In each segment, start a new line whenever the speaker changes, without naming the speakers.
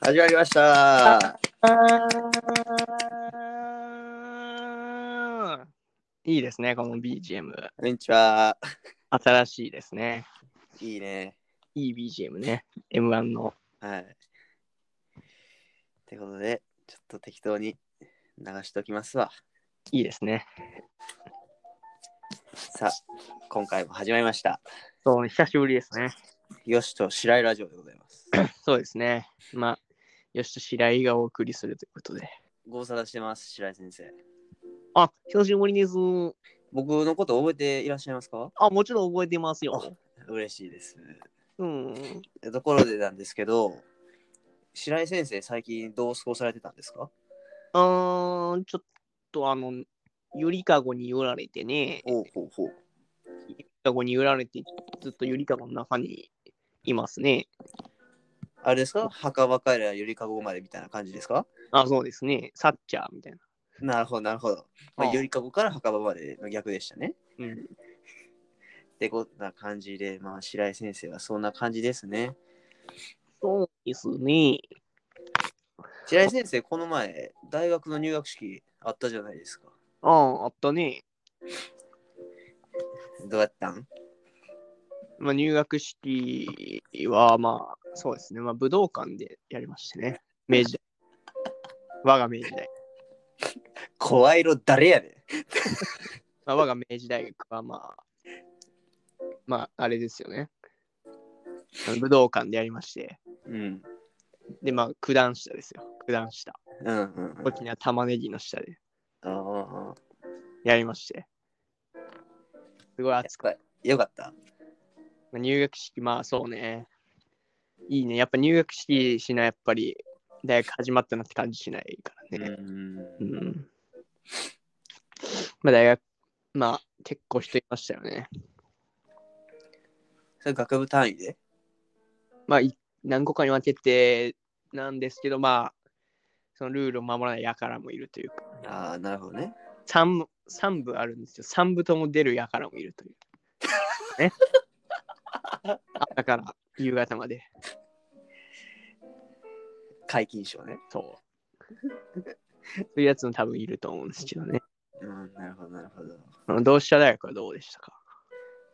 始まりました。
あーいいですね、この BGM。
こんにちは。
新しいですね。
いいね。
いい BGM ね。M1 の。
はい。ってことで、ちょっと適当に流しておきますわ。
いいですね。
さあ、今回も始まりました。
そう、久しぶりですね。
よしと白井ラジオでございます。
そうですね。まあ、よしと白井がお送りするということで。
ご無沙汰してます、白井先生。
あ、久しぶりです。
僕のこと覚えていらっしゃいますか
あ、もちろん覚えてますよ。
嬉しいです。
うん。
ところでなんですけど、白井先生、最近どう過ごされてたんですか
うーん、ちょっとあの、ゆりかごに揺られてね、ゆ
おうほうほう。
りかごに揺られて、ずっとゆりかごの中にいますね。
あれですか墓場からゆりかごまでみたいな感じですか
あ、そうですね。サッチャーみたいな。
なるほど、なるほど。ま
う
あ、
ん
よりかごから墓場までの逆でしたね。
うん。
ってことな感じで、まあ、白井先生はそんな感じですね。
そうですね。
白井先生、この前、大学の入学式あったじゃないですか。
ああ、あったね。
どうやったん
まあ、入学式は、まあ、そうですね。まあ、武道館でやりましてね。明治時代。我が明治大。
声色誰やねん。
まあ、我が明治大学は、まあ、まあ、あれですよね。あの武道館でやりまして。
うん。
で、まあ、九段下ですよ。九段下。
うんうんうん。
大きな玉ねぎの下で
ああ
やりまして。すごい
ああ
熱く。
よかった。
まあ入学式、まあそうね。いいね。やっぱ入学式しない、やっぱり大学始まったなって感じしないからね。
う。
うんん。まあ大学、まあ結構人いましたよね。
それ学部単位で
まあい何個かに分けてなんですけど、まあそのルールを守らないやからもいるというか、
ああ、なるほどね。
3, 三部あるんですよ。3部とも出るやからもいるという。 ね。朝から夕方まで。
皆勤賞ね。
そう。そういうやつも多分いると思うんですけどね。
うん、なるほど、なるほど。い
あの同志社大学はどうでしたか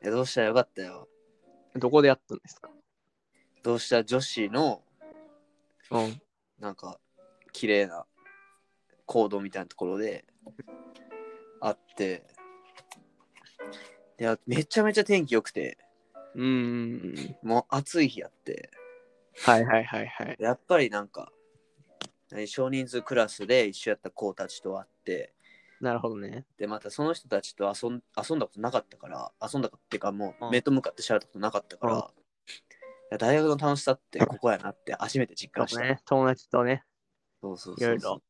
やどうしたらよかったよ。
どこでやったんですか
どうしたら女子の、
うん。
なんか綺麗な行動みたいなところであっていやめちゃめちゃ天気良くて
うんうんうん。
もう暑い日やって
はいはいはいはい。
やっぱりなんか何少人数クラスで一緒やった子たちと会って
なるほどね。
でまたその人たちと遊ん遊んだことなかったから遊んだことっていうかも
う
うん目と向かってしゃべったことなかったから、
うん
いや大学の楽しさってここやなって初めて実感し
そう
た、
ね。友達とね、
そうそうそう
いろいろ。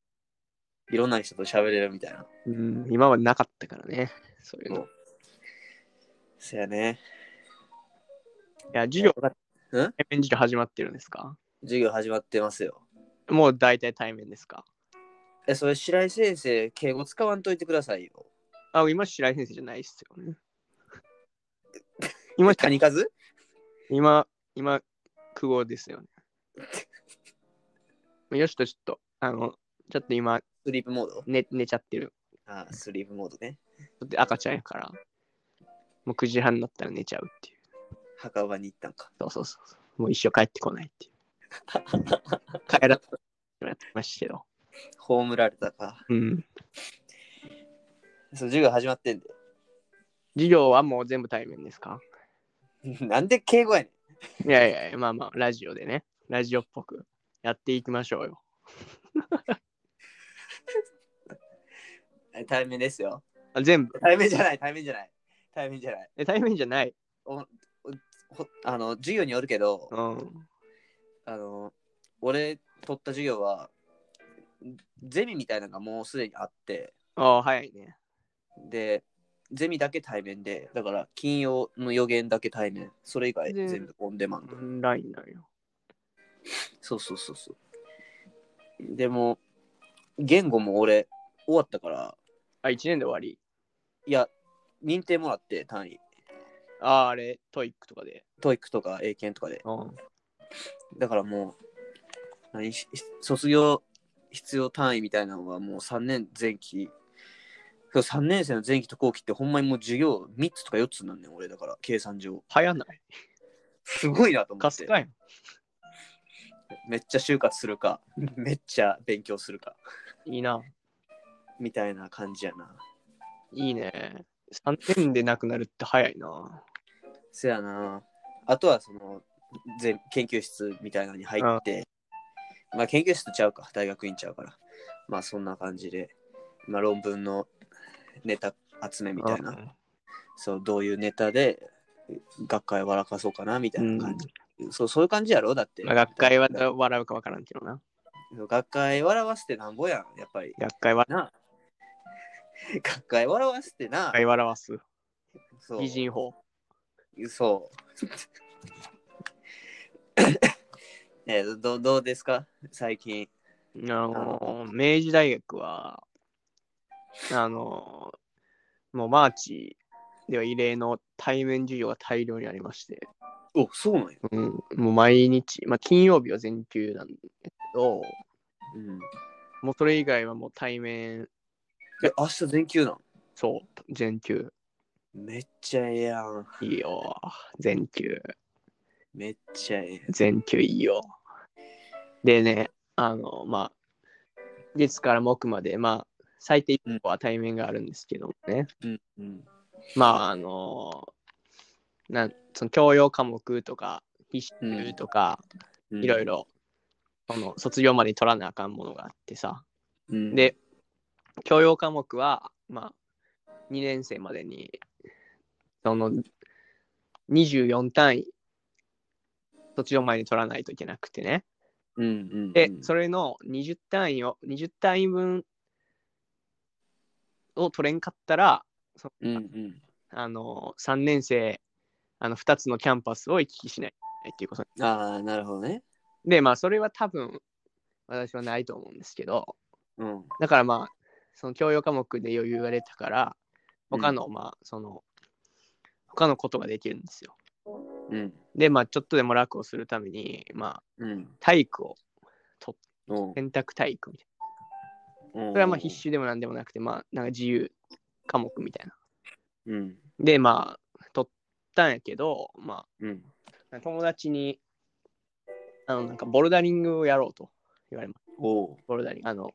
いろんな人と喋れるみたいな
うん、今までなかったからね。そういうの。
そ
いう
そやね
や、授業が
うん
対面授業始まってるんですか
授業始まってますよ。
もう大体対面ですか
え、それ白井先生、敬語使わんといてくださいよ。
あ、今白井先生じゃないっす よね。今、
谷数
今、今、久保です よね。よしとちょっと、あの、ちょっと今、
スリープモード
寝寝ちゃってる。
あースリープモードね。
で赤ちゃんやから、もう9時半になったら寝ちゃうっていう。
墓場に行ったんか。
そうそうそうそう。もう一生帰ってこないっていう。帰らなやってましたけど。
葬られたか。
うん。
そう、授業始まってんで。
授業はもう全部対面ですか
なんで敬語やね
いやいやいや、まあまあ、ラジオでね。ラジオっぽくやっていきましょうよ。
ん。え対面ですよ。
あ全部。
対面じゃない、対面じゃない。対面じゃない。
え、対面じゃない。
ほあの、授業によるけど、
うん。
あの、俺、取った授業は、ゼミみたいなのがもうすでにあって、
ああ、早いね。
で、ゼミだけ対面で、だから金曜の予言だけ対面、それ以外
で
全部オンデマンド
オ。ンラインなんよ。
そうそうそうそう。でも、言語も俺、終わったから、
あ、1年で終わり。
いや、認定もらって単位、
ああ、あれ、トイックとかで。
トイックとか英検とかで、
うん。
だからもう、何し卒業必要単位みたいなのはもう3年前期3年生の前期と後期ってほんまにもう授業3つとか4つなんねん俺だから計算上
早ない。
すごいなと思
か
っ
す
て
かい
めっちゃ就活するかめっちゃ勉強するか
の。いいな。
みたいな感じやない
いね。3年でなくなるって早いな。
そやなあとはその全研究室みたいなのに入って、まあ研究室ちゃうか大学院ちゃうからまあそんな感じで、まあ、論文のネタ集めみたいな
な。
そうどういうネタで学会笑かそうかなみた
う
い
ん
な感じ、そうそういう感じやろだって、
まあ、学会はどう笑うかわからんけどな。
学会笑わせてなんぼやんやっぱり
学会は、
な学会笑わせてな、
学会笑わす。
そう
擬人法。
そう えーどどうですか最近
あのー、明治大学は、あのー、もうマーチでは異例の対面授業が大量にありまして、
おそうなんや、
うん、もう毎日、まあ、金曜日は全休なんだけど、
うん、
もうそれ以外はもう対面、
え明日全休なん
そう、全休。
めっちゃええやん
いいよ。全休。
めっちゃええ
全休いいよ。でね、あの、まあ、月から木まで、まあ、最低1個は対面があるんですけどもね、
うんうん
まあ、あのなん、その教養科目とか、必修とか、
うん
いろいろ、その、卒業までに取らなあかんものがあってさ、
うん
で、教養科目は、まあ、2年生までに、その、24単位、卒業前に取らないといけなくてね。
うんうん
で、それの20単位を、20単位分を取れんかったら、
うんうん
あの、3年生、あの、2つのキャンパスを行き来しないっていうことに
ああなるほどね
で、まあ、それは多分、私はないと思うんですけど、
うん
だからまあ、その教養科目で余裕が出たから、他の、まあ、その、他のことができるんですよ。
うん
で、まあ、ちょっとでも楽をするために、まあ、
うん
体育を、
おう
選択体育みたい
おう
な。それはまあ、必修でもなんでもなくて、まあ、なんか自由科目みたいな。
うん
で、まあ、取ったんやけど、ま
うん
あ、友達に、あの、なんか、ボルダリングをやろうと言われました。
おう
ボルダリング、あの、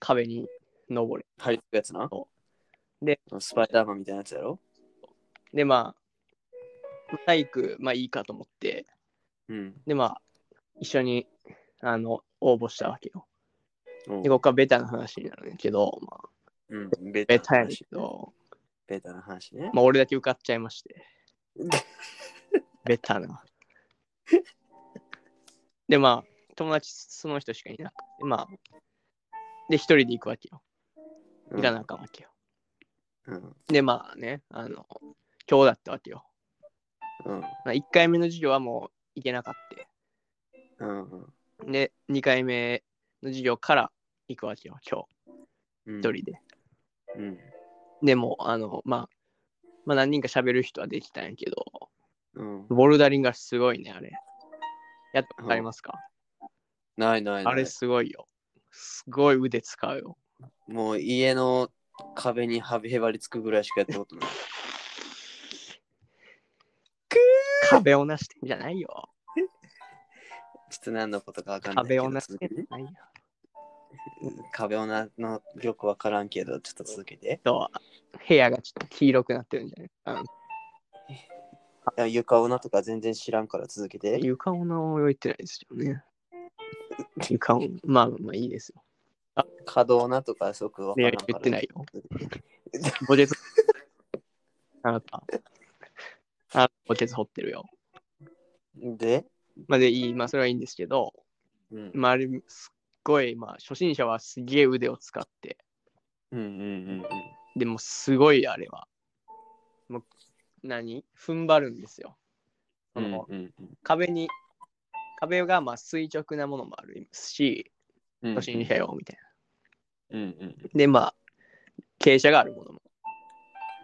壁に登る。
張り付くやつな
そで
スパイダーマンみたいなやつやろ
で、まあ、体育、まあいいかと思って、
うん
で、まあ、一緒に、あの、応募したわけよ。
おう
で、ここはベタな話になるんやけど、まあ、
うんベ
ベ
タ
タ
な
や
話
けど、
ベタな話ね
まあ、俺だけ受かっちゃいまして。ベタな。で、まあ、友達その人しかいなくて、まあ、で、一人で行くわけよ。行かなあかんわけよ。
うん
で、まあね、あの、今日だったわけよ。
うん
まあ、1回目の授業はもう行けなかった。
うんうん
で、2回目の授業から行くわけよ、今
うん
日、一人で。
うん
でも、あの、まあ、まあ、何人か喋る人はできたんやけど、
うん
ボルダリングがすごいね、あれ。やったことありますか、
ないないない
あれすごいよ。すごい腕使うよ。
もう家の壁にはびへばりつくぐらいしかやったことない
壁をなしてんじゃないよ。
ちょっと何のことかわかんないけ
壁
ど
をなしてん
続
じ
けて
ゃないよ。
壁をなのよくわからんけどちょっと続けて
と、部屋がちょっと黄色くなってるんじゃないあの
いや床女とか全然知らんから続けて
床をな泳いてないですよね。床を、まあまあいいですよ。
可動なとかすごくわから
ね
んから
言ってないよ。
い
ボケツ。あなた。あなたボケツ掘ってるよ。
で、
まあでいい、まあそれはいいんですけど、
うん、
まああれ、すっごい、まあ初心者はすげえ腕を使って、
うんうんうん
でもすごいあれは。もう、何踏ん張るんですよ。
う
そ
ん
の
うん
壁に、壁がまあ垂直なものもある
う
し、
んうん
初心者用みたい
うんうん
な。で、まあ、傾斜があるものも。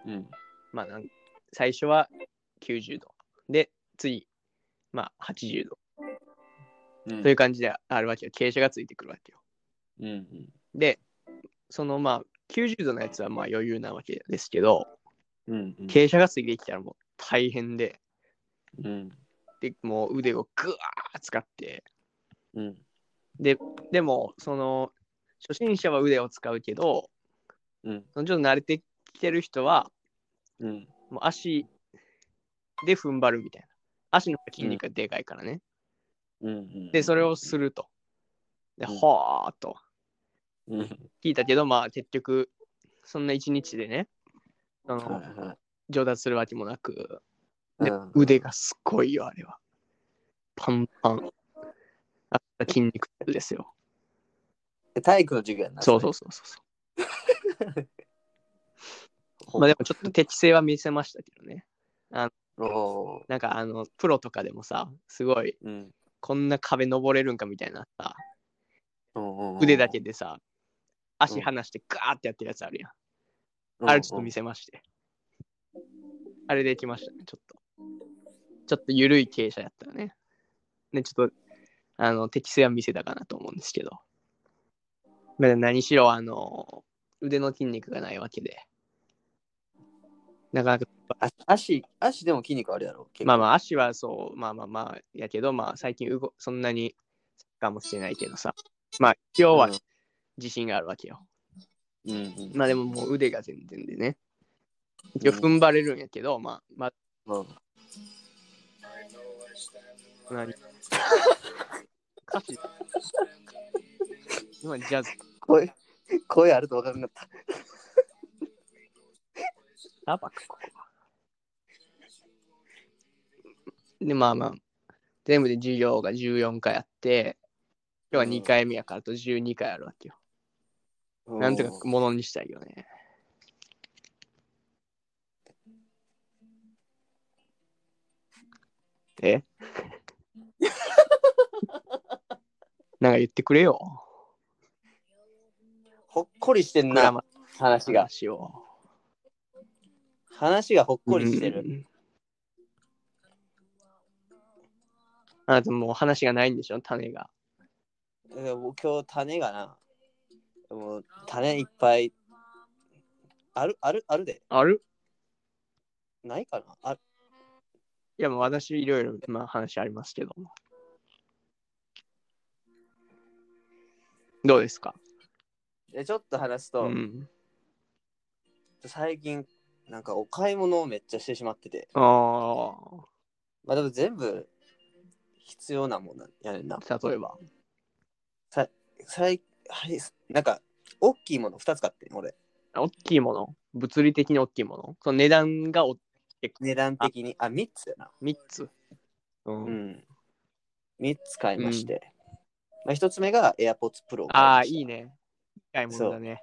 うん
まあなん、最初は90度。で、次、まあ80度。
うん
という感じであるわけよ。傾斜がついてくるわけよ。
うんうん
で、そのまあ、90度のやつはまあ余裕なわけですけど、
うんうん
傾斜がついてきたらもう大変で、
うん
で、もう腕をぐわー使って、
うん
でも、その、初心者は腕を使うけど、
うん
ちょっと慣れてきてる人は、
うん
もう足で踏ん張るみたいな。足の筋肉がでかいからね。
うん
で、それをすると。で、
うん
ほーっと
うん
聞いたけど、まあ結局、そんな一日でね、そ
は
の
いはい
上達するわけもなく、で
うん
腕がすごいよ、あれは。パンパン。あった筋肉痛ですよ。
え体育の授業やな
そう
そ
そ
れ
うそうそう。まあでもちょっと適性は見せましたけどね。
おー
なんかあの、プロとかでもさ、すごい、
うん
こんな壁登れるんかみたいなさ、
おー
腕だけでさ、足離してガーってやってるやつあるやん。あれちょっと見せまして。あれできましたね、ちょっと。ちょっと緩い傾斜やったらね。ね、ちょっと、あの、適性は見せたかなと思うんですけど。まだ何しろ、あの、腕の筋肉がないわけで。なかなか、
足足足でも筋肉あるやろ結構
まあまあ、足はそう、まあまあまあ、やけど、まあ、最近動、そんなに、かもしれないけどさ。まあ、今日は
うん
自信があるわけよ。
うんうん
まあでももう腕が全然でね。一応踏ん張れるんやけど、まあ、まあ、
うん
何歌詞今ジャズ、
声声あると分からなかった
タバコ。ここはで、まあまあ、全部で授業が14回あって、今日は2回目やからあと12回あるわけよ。なんとかものにしたいよね。えなんか言ってくれよ。
ほっこりしてん
グラ
な
マ
話が
話を。
話がほっこりして
う
る
んあなたもう話がないんでしょ、種が。
えーもう今日種がなもう種いっぱいあるあるあるで
ある
ないかなあ
いや、もう私いろいろ、まあ、話ありますけども。どうですか
えちょっと話す
う
と、
ん。
最近なんかお買い物をめっちゃしてしまってて
あ
まあでも全部必要なもんなんやねんな
あ、例えば。
最はいなんか大きいもの2つ買ってん俺
大きいもの物理的に大きいものその値段がお
値段的にあ三3つやな
3つ。うん
うん3つ買いまして、まあ、1つ目が AirPods Pro を買
ああ、
ま
い
し
いね。いいものだね。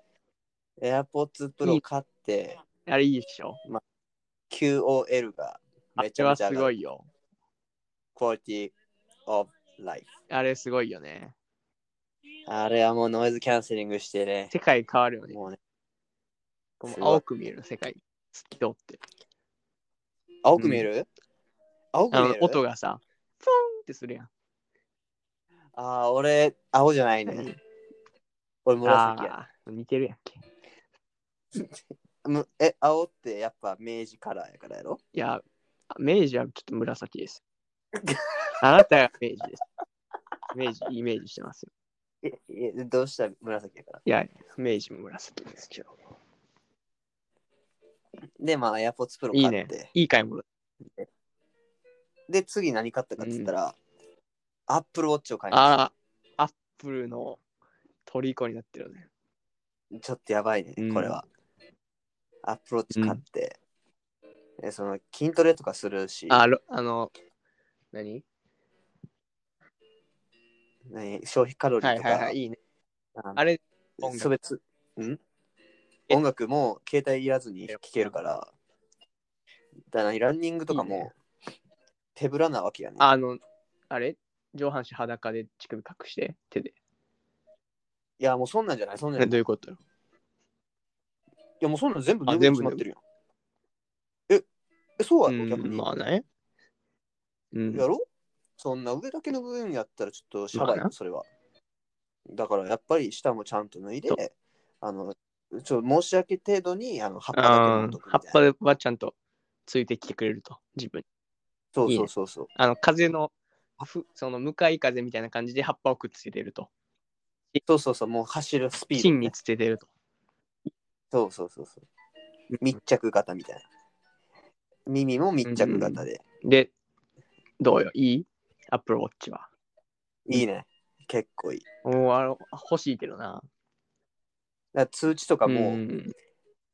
た AirPods
い
Pro
い
買って
あれいいでしょ。
QOL が
あ
め
れ
ちゃ
は
めちゃ
す
上
ご
がる
いよ。
Quality of Life
あれすごいよね。
あれはもうノイズキャンセリングしてね
世界変わるよね。
もうね
この
すごい
青く見える世界。透き通って。
青く見える、青く
あ
見え
の
る
音がさ、フォンってするやん。
ああ、俺、青じゃない
何
ね。俺、紫や。
ああ、似てるやんけ。
むえ、青ってやっぱ明治カラーやからやろ
いや、明治はちょっと紫です。 あなたが明治です。明治、イメージしてますよ。
ええどうした紫やから。
いや、明治も紫ですけど。
で、まあ、AirPods Pro
いい
買
ね
って。
いい買い物。
で、次何買ったかって言ったら、Apple Watch を買いま
ああ、アップルの虜になってるよね。
した。ちょっとやばいね
うん、
これは。Apple Watch 買って。でその筋トレとかするし、
あ、ろあの、何
ね、消費カロリ
は
ー
い
と
はいはい、
か、
いいね。
あの
あれ、音楽
それつん
え
音楽も携帯いらずに聴けるから、だからランニングとか
いいね
も手ぶらなわけやね。
あの、あれ上半身裸で乳首隠して、手で。
いや、もうそんなんじゃない、そんなんじゃない。
どういうことよ
いや、もうそんなん全部
あ
脱ぐに
全部
決まってるよ。え、えそうや
う
ろ、逆
ん、
に。
まあね。うん
や。ろそんな上だけの部分やったらちょっとシャバいよ、それは。だからやっぱり下もちゃんと脱いで
そ、
あの、ちょ申し訳程度にあの葉っぱだけ
あ
持っ
ー
とくみ
葉った
いな。
ぱはちゃんとついてきてくれると、自分に。
そう
いい
そう
ね
そうそう。
あの、風の、ふその向かい風みたいな感じで葉っぱをくっつけてると。
そうそうそう、もう走るスピードね、
芯につけてると。
そうそうそうそう。密着型みたいな。耳も密着型で。
で、どうよ、いいアップルウォッチは。うん
いいね。結構いい。
もうあの欲しいけどな。
だから通知とかも
ん、
ブ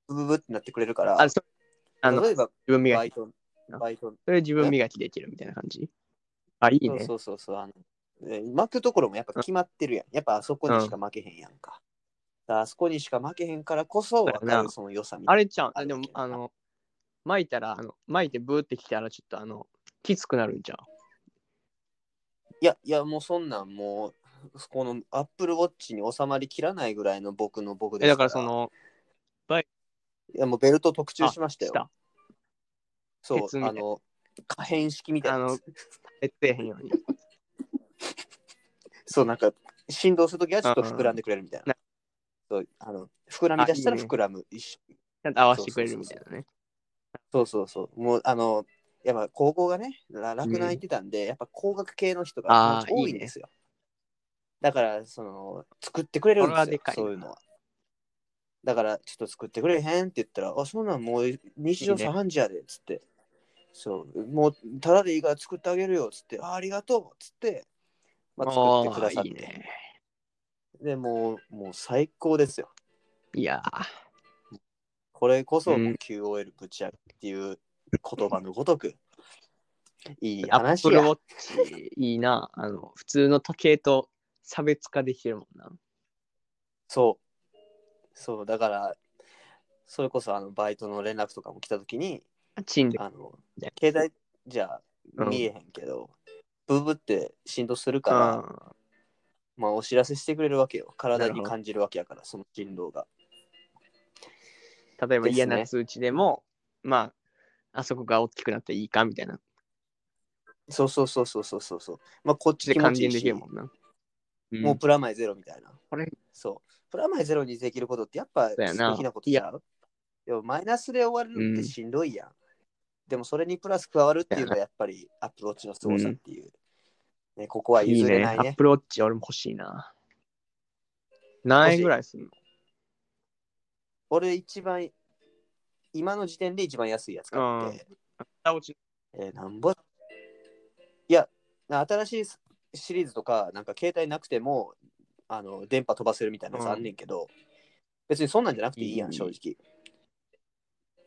ブブってなってくれるから、
あ、そあの、
例
自
えば
分磨
バ
き
イ。ト、
な
バイト、
それ自分磨きできるみたいな感じ。あ、いいね。
そうそうそうそうあのえー。負けところもやっぱ決まってるやん。やっぱあそこにしか負けへんやんか。だからあそこにしか負けへんからこそ分
そうや
か
な
るその良さみた
あ
いな。
れちゃ
あ
ん、
る
で
わ
も
け、やな
あの、巻いたら、あの巻いてブーってきたら、ちょっと、あの、きつくなるんじゃん。
いや、いやもうそんなんもう、このアップルウォッチに収まりきらないぐらいの僕の僕で
え、
す
だから、そ、の、
いやもうベルト特注
あ
しましたよ
し。た。
そう
鉄、みたい
あの、可変式みたいな
あ
や
の
つ。、
えってへんように。
そう、なんか、振動するときはちょっと膨らんでくれるみたいな
な。
そう、あの、膨らみ出したら
あいいね
膨らむ。一緒
ちゃんと合わせてくれるみたいなね。
そうそうそう。もう、あの、やっぱ高校がね、ら楽な行ってたんで、やっぱ工学系の人が
あー
多いんですよ。だから、その、作ってくれるんで
これは
す
で
よ、
かいな
そういうのは。だから、ちょっと作ってくれへんって言ったら、あ、そんなんもう日常
いいね
茶飯事やで、つって。そう、もう、ただでいいから作ってあげるよ、つって、あありがとう、つって、まあ、作ってくださっ
あー
て。
いいね。
でもう、もう最高ですよ。
いやー
これこそもううん QOL ぶち上げっていう言葉のごとく、いい
アップ
話
ルウ
や
ォ。ッチいいな。あの、普通の時計と差別化できてるもんな。
そう。そう、だから、それこそあのバイトの連絡とかも来たときに、
チンで。
あの
ね、
携帯じゃ
うん
見えへんけど、ブブって振動する
う
から、
ん。
まあお知らせしてくれるわけよ。体
なる
に
ほど
感じるわけやから、その振動が。
例えば
ですね
嫌な通知でも、まあ、あそこが大きくなっていいかみたいな。
そうそうそうそうそうそうそう。まあこっち
で
気持
還
ちい
元
い
で
し
きるもんな。
もうプラマイゼロみたいな。
これ
そう。プラマイゼロにできることってやっぱ素
だよな
敵なことちゃうでもマイナスで終わるのっ
う
て
ん
しんどいやん。でもそれにプラス加わるっていうのがやっぱりアップローチの凄さっていう。ね、ここは譲れない
い
ね。
ね。アップルウォッチ俺も欲しいな。何円ぐらいするの
俺一番、今の時点で一番安いやつ買って、
アップルウォッチ
えーなんぼいや、な新しいシリーズとか、なんか携帯なくても、あの電波飛ばせるみたいなやつあんねんけど、別にそんなんじゃなくていいや、
うんん
正直。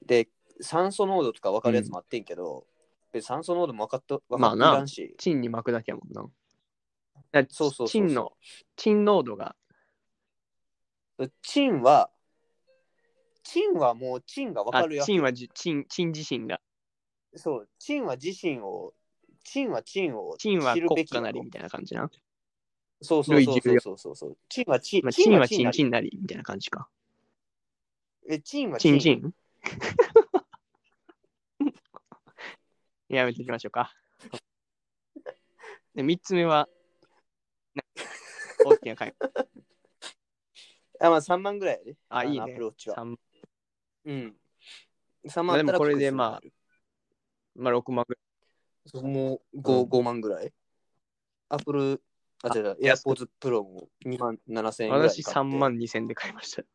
で、酸素濃度とか分かるやつもあってんけど、別に酸素濃度も分かっと分かっと
まあない
らんし、
チンに巻くだけやもんな。だから
そうそうそうそう
チンの、チン濃度が、
チンは、チンはもうチンが分
あ
かるやん
チンはじチン、チン自身が、
そう、チンは自身を、チンはチンを
チンは
知るべ
国
きや
家
ろ
なりみたいな感じな。
そうそうそう
類重
そうそうそう。チンはチン、
まあ、
チ
チ
ン
ン
は
は
チ
チ
ンな
ン、チ
り。
ンなりみたいな感じか。
え、チンは
チ
チ
ン
ン。
チンやめていきましょうか。で、3つ目 は、な大きな買い
あ、まあ3万ぐらいやで。
あ、いい
のアッ
ね
プ。ローチは。
三
うん。3
ま
万
あ
あ
で
った
も
ら
これ
複
で
数
まあ
ある、
まあ、6万ぐらい。
そうもう 5,、
うん
5万ぐらい。アップル、あ、違う違う、エア
安く
ポーズプロも2万7000円ぐらいで買って。
私3万2千で買いま した。い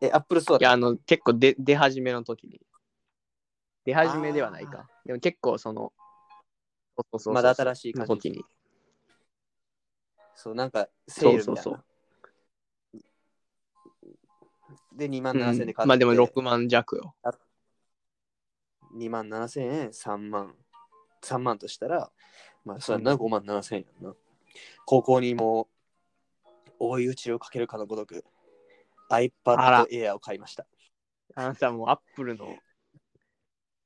え、アップルストア
や、あの、結構出出始めの時に。出始めではないか。でも結構その、そうそうそうそう
まだ新しい
の
感
時
じ。
に。
そう、なんかセー
そ
ルみ
う
た
そ
いうな。
そう。
で、2万
うん
7000円で買って、
まあでも6万弱よ。
2万7000円、3万。3万としたら、まあ、そうやんな、5万7000円やんな。高校にもう、追い打ちをかけるかのごとく、iPad
あら
Air を買いました。
あなたもうアップルの、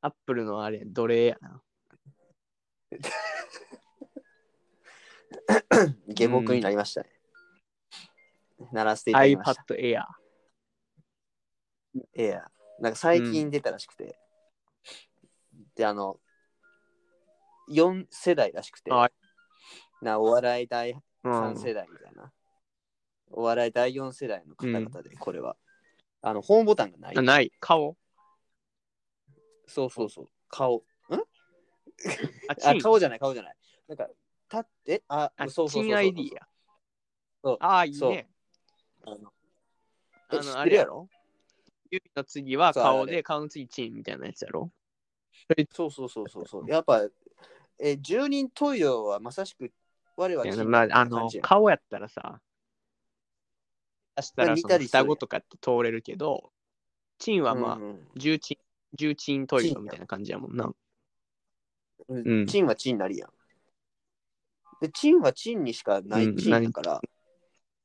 アップルのあれ、奴隷やな。
下僕になりましたね。鳴らせていただき
iPad
ました。
Air。
Air。なんか最近出たらしくて、で、あの、 4世代らしくて、
はい
なお笑い第
う
3
ん。
世代みたいな、お笑い第4世代の方々で、これは。あの、ホームボタンがない
あ。ない。顔。
そうそうそう。顔。
あ、チ
あ、
ン。
顔じゃない、顔じゃない。なんか、立って、あ、
あ、
そうそうそうそう
チン ID や。
そう
ああ、いい
そう
ね。
あの
あ
え知っ
の、あ
てる
れや
や
ろ指の次は
そう
顔
あ
で、
れ
顔の次チンみたいなやつやろ
そうそうそうそうそう。やっぱ、えー、十人十色はまさしく我はいチ
や
ーム
まあ、あ
感
の
じや、ん
顔やったらさ、出したら
似
そ
た
の
りするや
双
ん
子とかって通れるけど、チンはまあ、
うんうん
重鎮、重鎮トイレみたいな感じやもんな。うん
チンはチンなりやん。で、チンはチンにしかな
うん
いチンだから、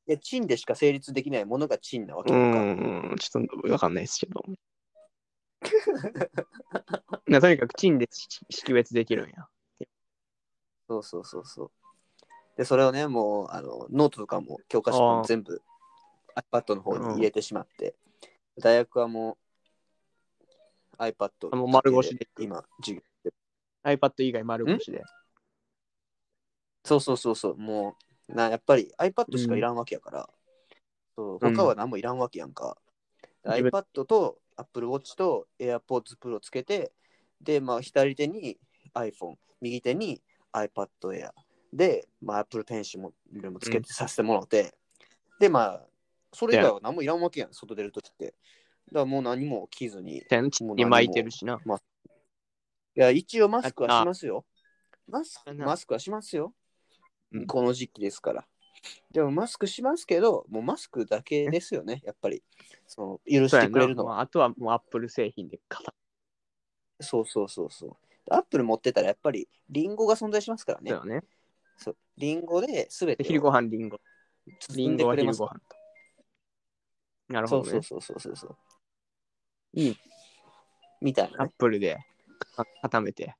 いやチンでしか成立できないものがチンなわけ
う
やんか。
ん、ちょっとわかんないです けど。なとにかくチンでし識別できるんや。
そうそうそうそう。で、それをね、もうあのノートとかも教科書とか
あ
も
ー
全部 iPad の方に入れてしまって、大学はもう iPad
あもう丸腰で
今、授業
iPad 以外丸腰で。
そうそうそうそう、もう、な、やっぱり iPad しかいらんわけやから、そう
うん
他は何もいらんわけやんか。
自分
iPad と Apple Watch と AirPods Pro つけて、で、まあ、左手に iPhone、右手に iPad Air、で、まあ、Apple Pencil ももつけてさせてもらって、で、まあ、それ以外は何もいらんわけやん、外出るときって。だからもう何も着ずに。い
手のチンに巻いてるしな。
や、一応マスクはしますよ。マス
あ
ク
な
マスクはしますよ。
うん
この時期ですから。でもマスクしますけど、もうマスクだけですよ ね、やっぱり。その許
そ
して
うや
くれる
な。
のは。
まあ、あとはもう Apple 製品で固
そうそうそうそう。アップル持ってたらやっぱりリンゴが存在しますから
め
ね
よ。ね。
そうリンゴで全
で
て
昼
を
ご飯リンゴ。リ
包
ン
んで
ゴは
くれ
昼
ます
ご。飯と。なる
そ
ほ
う
ど
そ
ね
う。そうそうそうそう。
いい。
みたいな、ね。
Apple でか固めて。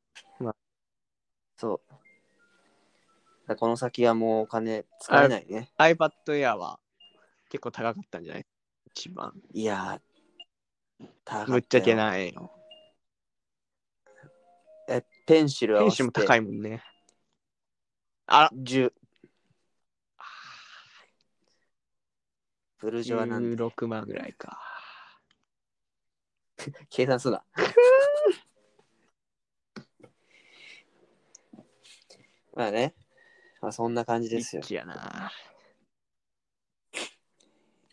そう。だからこの先はもうお金使えないね。
iPad Air は結構高かったんじゃない一番。
いやー、高
ぶっちゃけ
い。
ないよ。
え、ペンシルは
選手も高
い。
いもんね。あら、
10。ブルジョワなんで
16万ぐらいか。
計算す な。まあね、まあ、そんな感じですよ
リッ。チやな。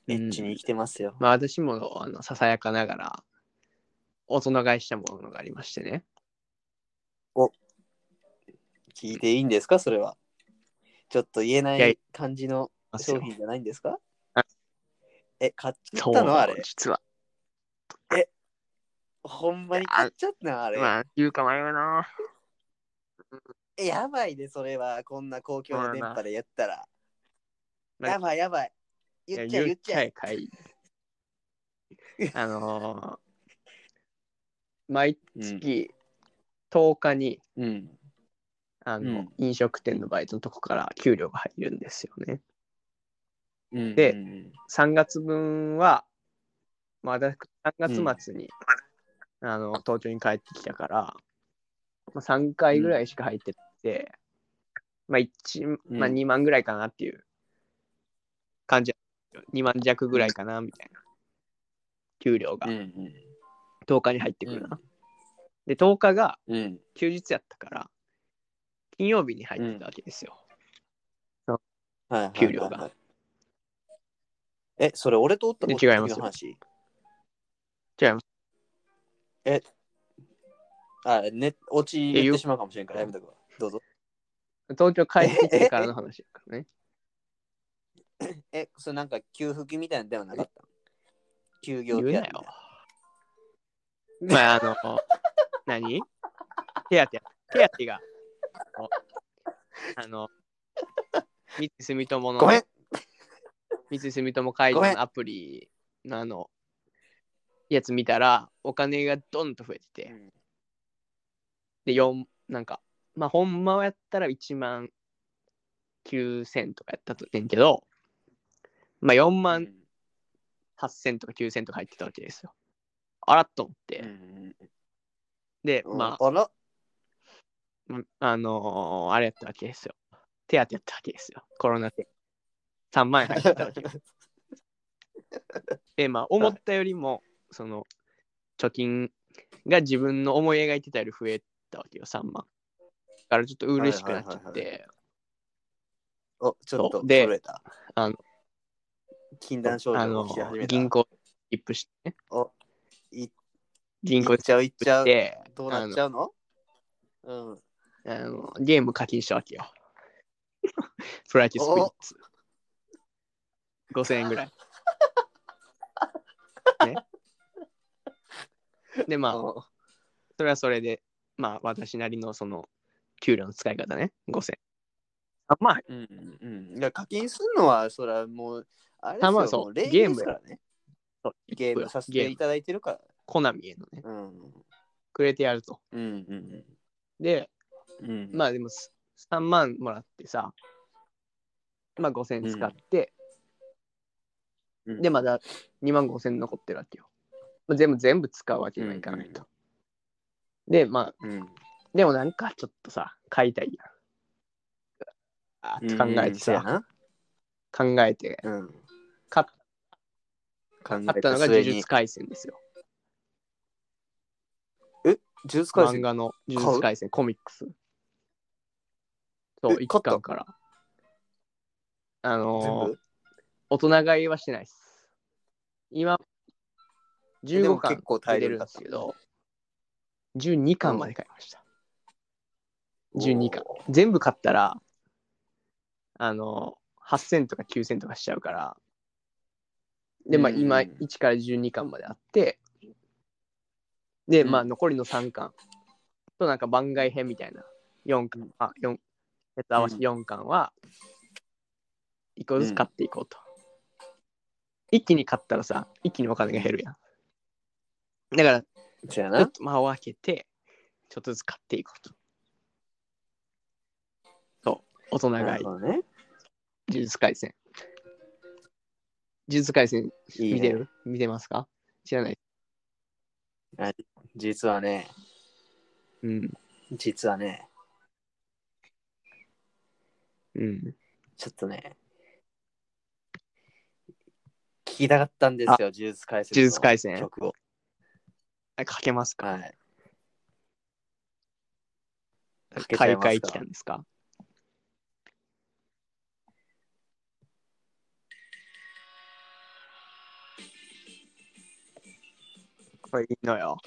エッチに
うん
生きてますよ。
まあ私もあのささやかながら大人買いしたものがありましてね。
聞いていいんですかそれは。ちょっと言えない
や
い感じの商品じゃないんですか
あ
え、買っちゃ
そ
った
う
のあれ。
実は。
ほんまに買っちゃったのあれ。
まあ言うか迷うな。
えやばいで、それは。こんな公共の電波でやったら。
まあ
やばいやばい。言っちゃえ
い
言
や
っちゃえ。
え買い。あのー毎月10日に、
うん。
あの
うん
飲食店のバイトのとこから給料が入るんですよね。
うん。
で
うん
3月分は、まあ、だ3月末に、あの東京に帰ってきたから、まあ、3回ぐらいしか入ってて、まあ一まあ、
うん
2万ぐらいかなっていう感じ、2万弱ぐらいかなみたいな給料が
うんうん。
10日に入ってくるな。で10日が
うん。
休日やったから金曜日に入ってたわけですよ。
はいはいはいはい
給料が。
え、それ俺とおった
で
おった
違います
時の話
違います
あ、ね、落ち
え
言っ
よ
てしまうかもしれんからやめとくわ。どうぞ。
東京帰ってきてからの話だからね。
え、それなんか給付金みたいなのではなかったの休業
言
手当み
うな
た
よ
いな。。
まあ、あの、 何手当、手当が、あの、三井住友の、
ごめん
三井住友会
ごめ
社
ん
のアプリのあの、やつ見たら、お金がどんと増えてて、で、四なんか、まあ、ほんまはやったら1万9000とかやったとねんけど、まあ、4
う
万
ん
8000とか9000とか入ってたわけですよ。あらっと思って、
うん
で、
うん
まあ、
あら、
うんあのーあれやったわけですよ。手当てやったわけですよ。コロナで。3万円入ったわけです。で、まあ、思ったよりも、その、貯金が自分の思い描いてたより増えたわけよ、3万。だからちょっと嬉しくなっちゃって、
はいはいはい お、ちょっと
そう
で
で
れた。
あの、
禁断症
あ
状
の
が起き始め
ー
た。
銀行チップしてね、
お、い
銀
行
行
っ
チ
ちゃう、いっ
ップ
ちゃ
し
う。
て、
どうなっちゃうのうん。
あのゲーム課金したわけよ。 プロ野球スピリッツ。5000円ぐらい。ね。で、まあ、
お
それはそれで、まあ、私なりのその、給料の使い方ね、5000あまあ、
うんうんうん。いや課金するのは、それはもう、あれです
あ
よ、
まあそう
もう礼儀
ゲー
で
ム
すからね。
そう
ゲームさせ
ゲ
て
ーム
いただいてるから。
コナミへのね、
うん。
くれてやると。
うんうん
で、
うん。うん、
まあでも、す3万もらってさ、まあ5000使って、
うん
で、まだ2万5000残ってるわけよ。まあ、全部、全部使うわけにはいかないと。で、まあ、
うん、
でもなんかちょっとさ、買いたいやん。あーって考え
う
て
ん
さ、考えて、
せやなうん。
買っ
考
買
え
った
た
のが
末
呪
に
術廻戦ですよ。
呪術廻
漫
戦
画の呪術廻戦コミックス。そう、
え
1
買った
巻から。あの
全
ー
部
大人買いはしてないです。今、
で
15
も
巻
結構
出
大
て
量
るん
だっ
で
た
すけど、12巻まで買いました。12巻。
おー
全部買ったら、あのー、8000とか9000とかしちゃうから、で、まあ
うん
今、1から12巻まであって、で、まあ
う
残りの3巻となんか番外編みたいな、4巻、あ、四えっと合わせて4巻は、一個ずつ買っていこうと。一気に買ったらさ、一気にお金が減るやん。だから、ち
せや
ょっ
な。
と間を空けて、ちょっとずつ買っていこうと。そう、大人
な
買い
る、ほどね。
呪術廻戦。呪術廻戦、
いいね
見てる見てますか知らない。
実はね、
うん。
実はね、
うん。
ちょっとね、聞きたかったんですよ、
あ
呪術廻戦。
呪術廻戦
曲を。
あかけますか、
はい。かけちゃいま
開
すか
会期間ですかこれいいのよ。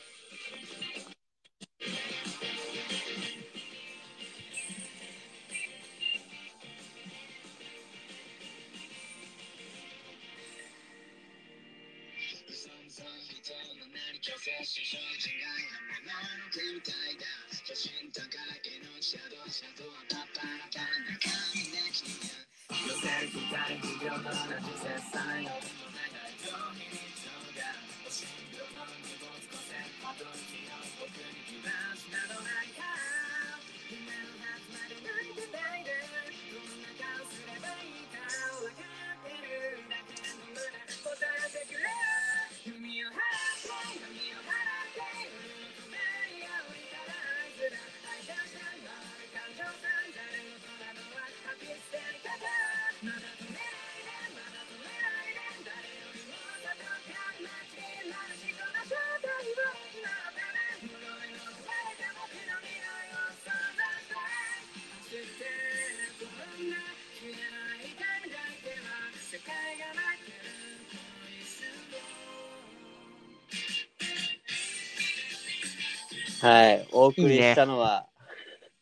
はい、お送りしたのは、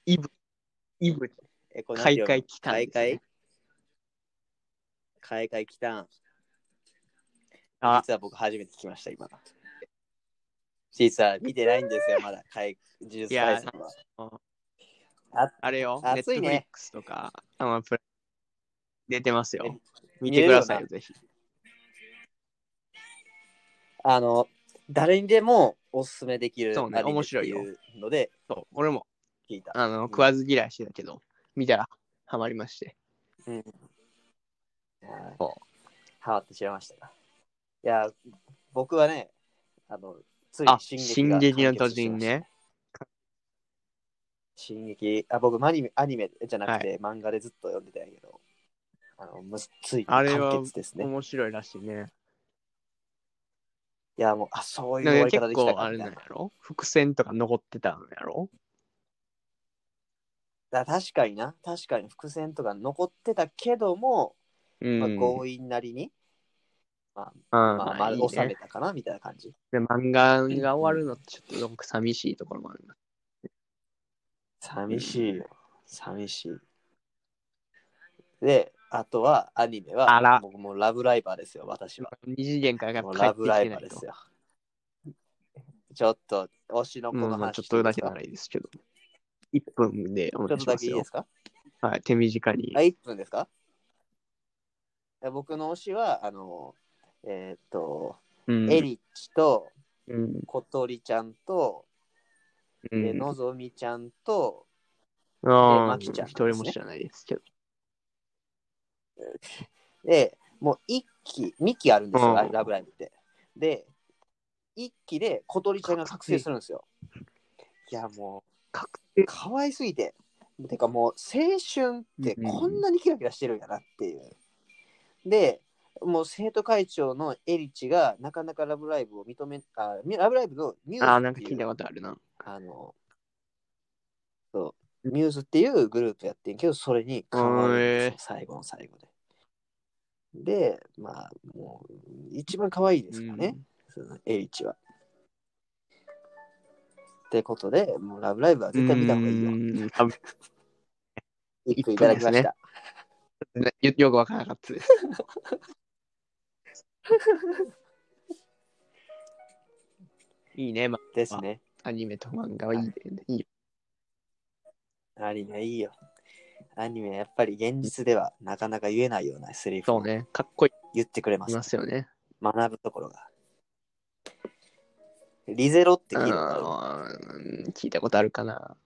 イブ、イブ、
エコナ
開
リオ
会期間、
開会開会期間。
あ、
実は僕初めて聞きました、今。実は見てないんですよ、まだ、怪呪術廻戦は。
あれよ、ネッ
暑
ト
い
フ
ね
リックスとか、アマプラ出てますよ
え。
見てくださいよ、
見
ぜひ。
あの、誰にでもおすすめできる
そうね
アニメ
面白いよ
ってうので
そう、俺も、
聞いた。
あの、食わず嫌いしてたけど、見たらハマりまして。
うん。
そ
はわってしまいましたが。いや、僕はね、あの、ついに
あ、
進撃
進
が
撃の
完
巨
結してま
人
した
ね。
進撃、あ、僕アニメ、アニメじゃなくて、漫画でずっと読んでたんやけど、あの、むついに
あれは
完結ですね。
面白いらしいね。
いや、もう、あ、そういう
だ
終
か
わり方
ら結
できた
構
か
あ
み
れ
た
ないん
な
や。ろ伏線とか残ってたんやろ
だから確かにな、確かに伏線とか残ってたけども、
うん。
まあ、強引なりに、
あ
まあ、
まあ
ま
いい
収め
ね、
たかな、みたいな感じ。
で漫画が終わるのってちょっとすごく寂しいところもあるな。
寂しいよ。寂しい。で、あとはアニメ
あら
は、僕もうラブライバーですよ、私は。
二次元からやっ
もう
ぱ
ラ
帰って
ブ
き
ラ
て
イバ
な
ー
い
で
と
す。よ。ちょっと、推しの
う
子
ん
の
まあ
話
ちょっ
してい
と
いで
だ
す
け
か、
ならいいですけど。1分でお
ちょ
願
っと
いし
だ
ま
け
す
いいで
よ
す。か
はい、手短に
あ、。1分ですかいや僕の推しは、あの、えーっと、
うん
エリッチと、
うん
小鳥ちゃんと、
う
で
ん。
のぞみちゃんと、
ああ、
マキちゃんなんですね
一人も知らないですけど。
で、もう1期、2期あるんです
うん
よ、あれラブライブって。で、1期で小鳥ちゃんが覚醒するんですよ。いや、も
確
う、
定。
かわいすぎて。てかもう、青春ってこんなにキラキラしてるんやなっていう。で、もう生徒会長のエリチがなかなかラブライブを認め、あラブライブのミュ
ああ、
ーズ
な
っ
ん
て
か
いう
聞いたことあるな。
あの、そう、ミューズっていうグループやってんけど、それに変わるんですよ、最後の最後で。で、まあ、もう、一番可愛いですかね、その H は。ってことで、もう、ラブライブは
うん。
絶対見た方がいいよ
う。んあ
一句いただきま
一分で
し
すね
た。
ねよよくわからなかったです。 いいね、ま
ですね。
あ、アニメと漫画はいいね。いいよ
アニメいいよ。アニメ、やっぱり現実ではなかなか言えないようなセリフ
そ
を
うね、かっこい
言ってくれま
い
す。
ますよね。
学ぶところが。リゼロって
う
聞いたことある
ん、聞いたことあるかな。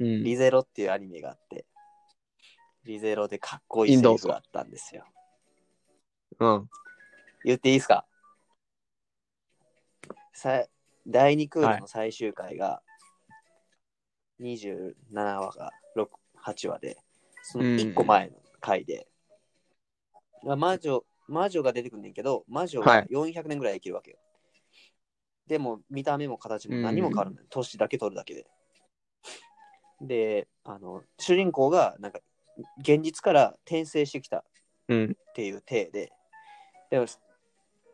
うん。
リゼロっていうアニメがあって、リゼロでかっこいいセリフがあったんですよ。
うん。
言っていいですかさ第2クールの最終回が27話か6 8話で、その1個前の回で、まあ魔女、魔女が出てくんねんけど、魔女
は
はい400年ぐらい生きるわけよ。でも見た目も形も何も変わらない。年だけ取るだけで。で、あの、主人公がなんか現実から転生してきた
うん。
っていう体で、でも、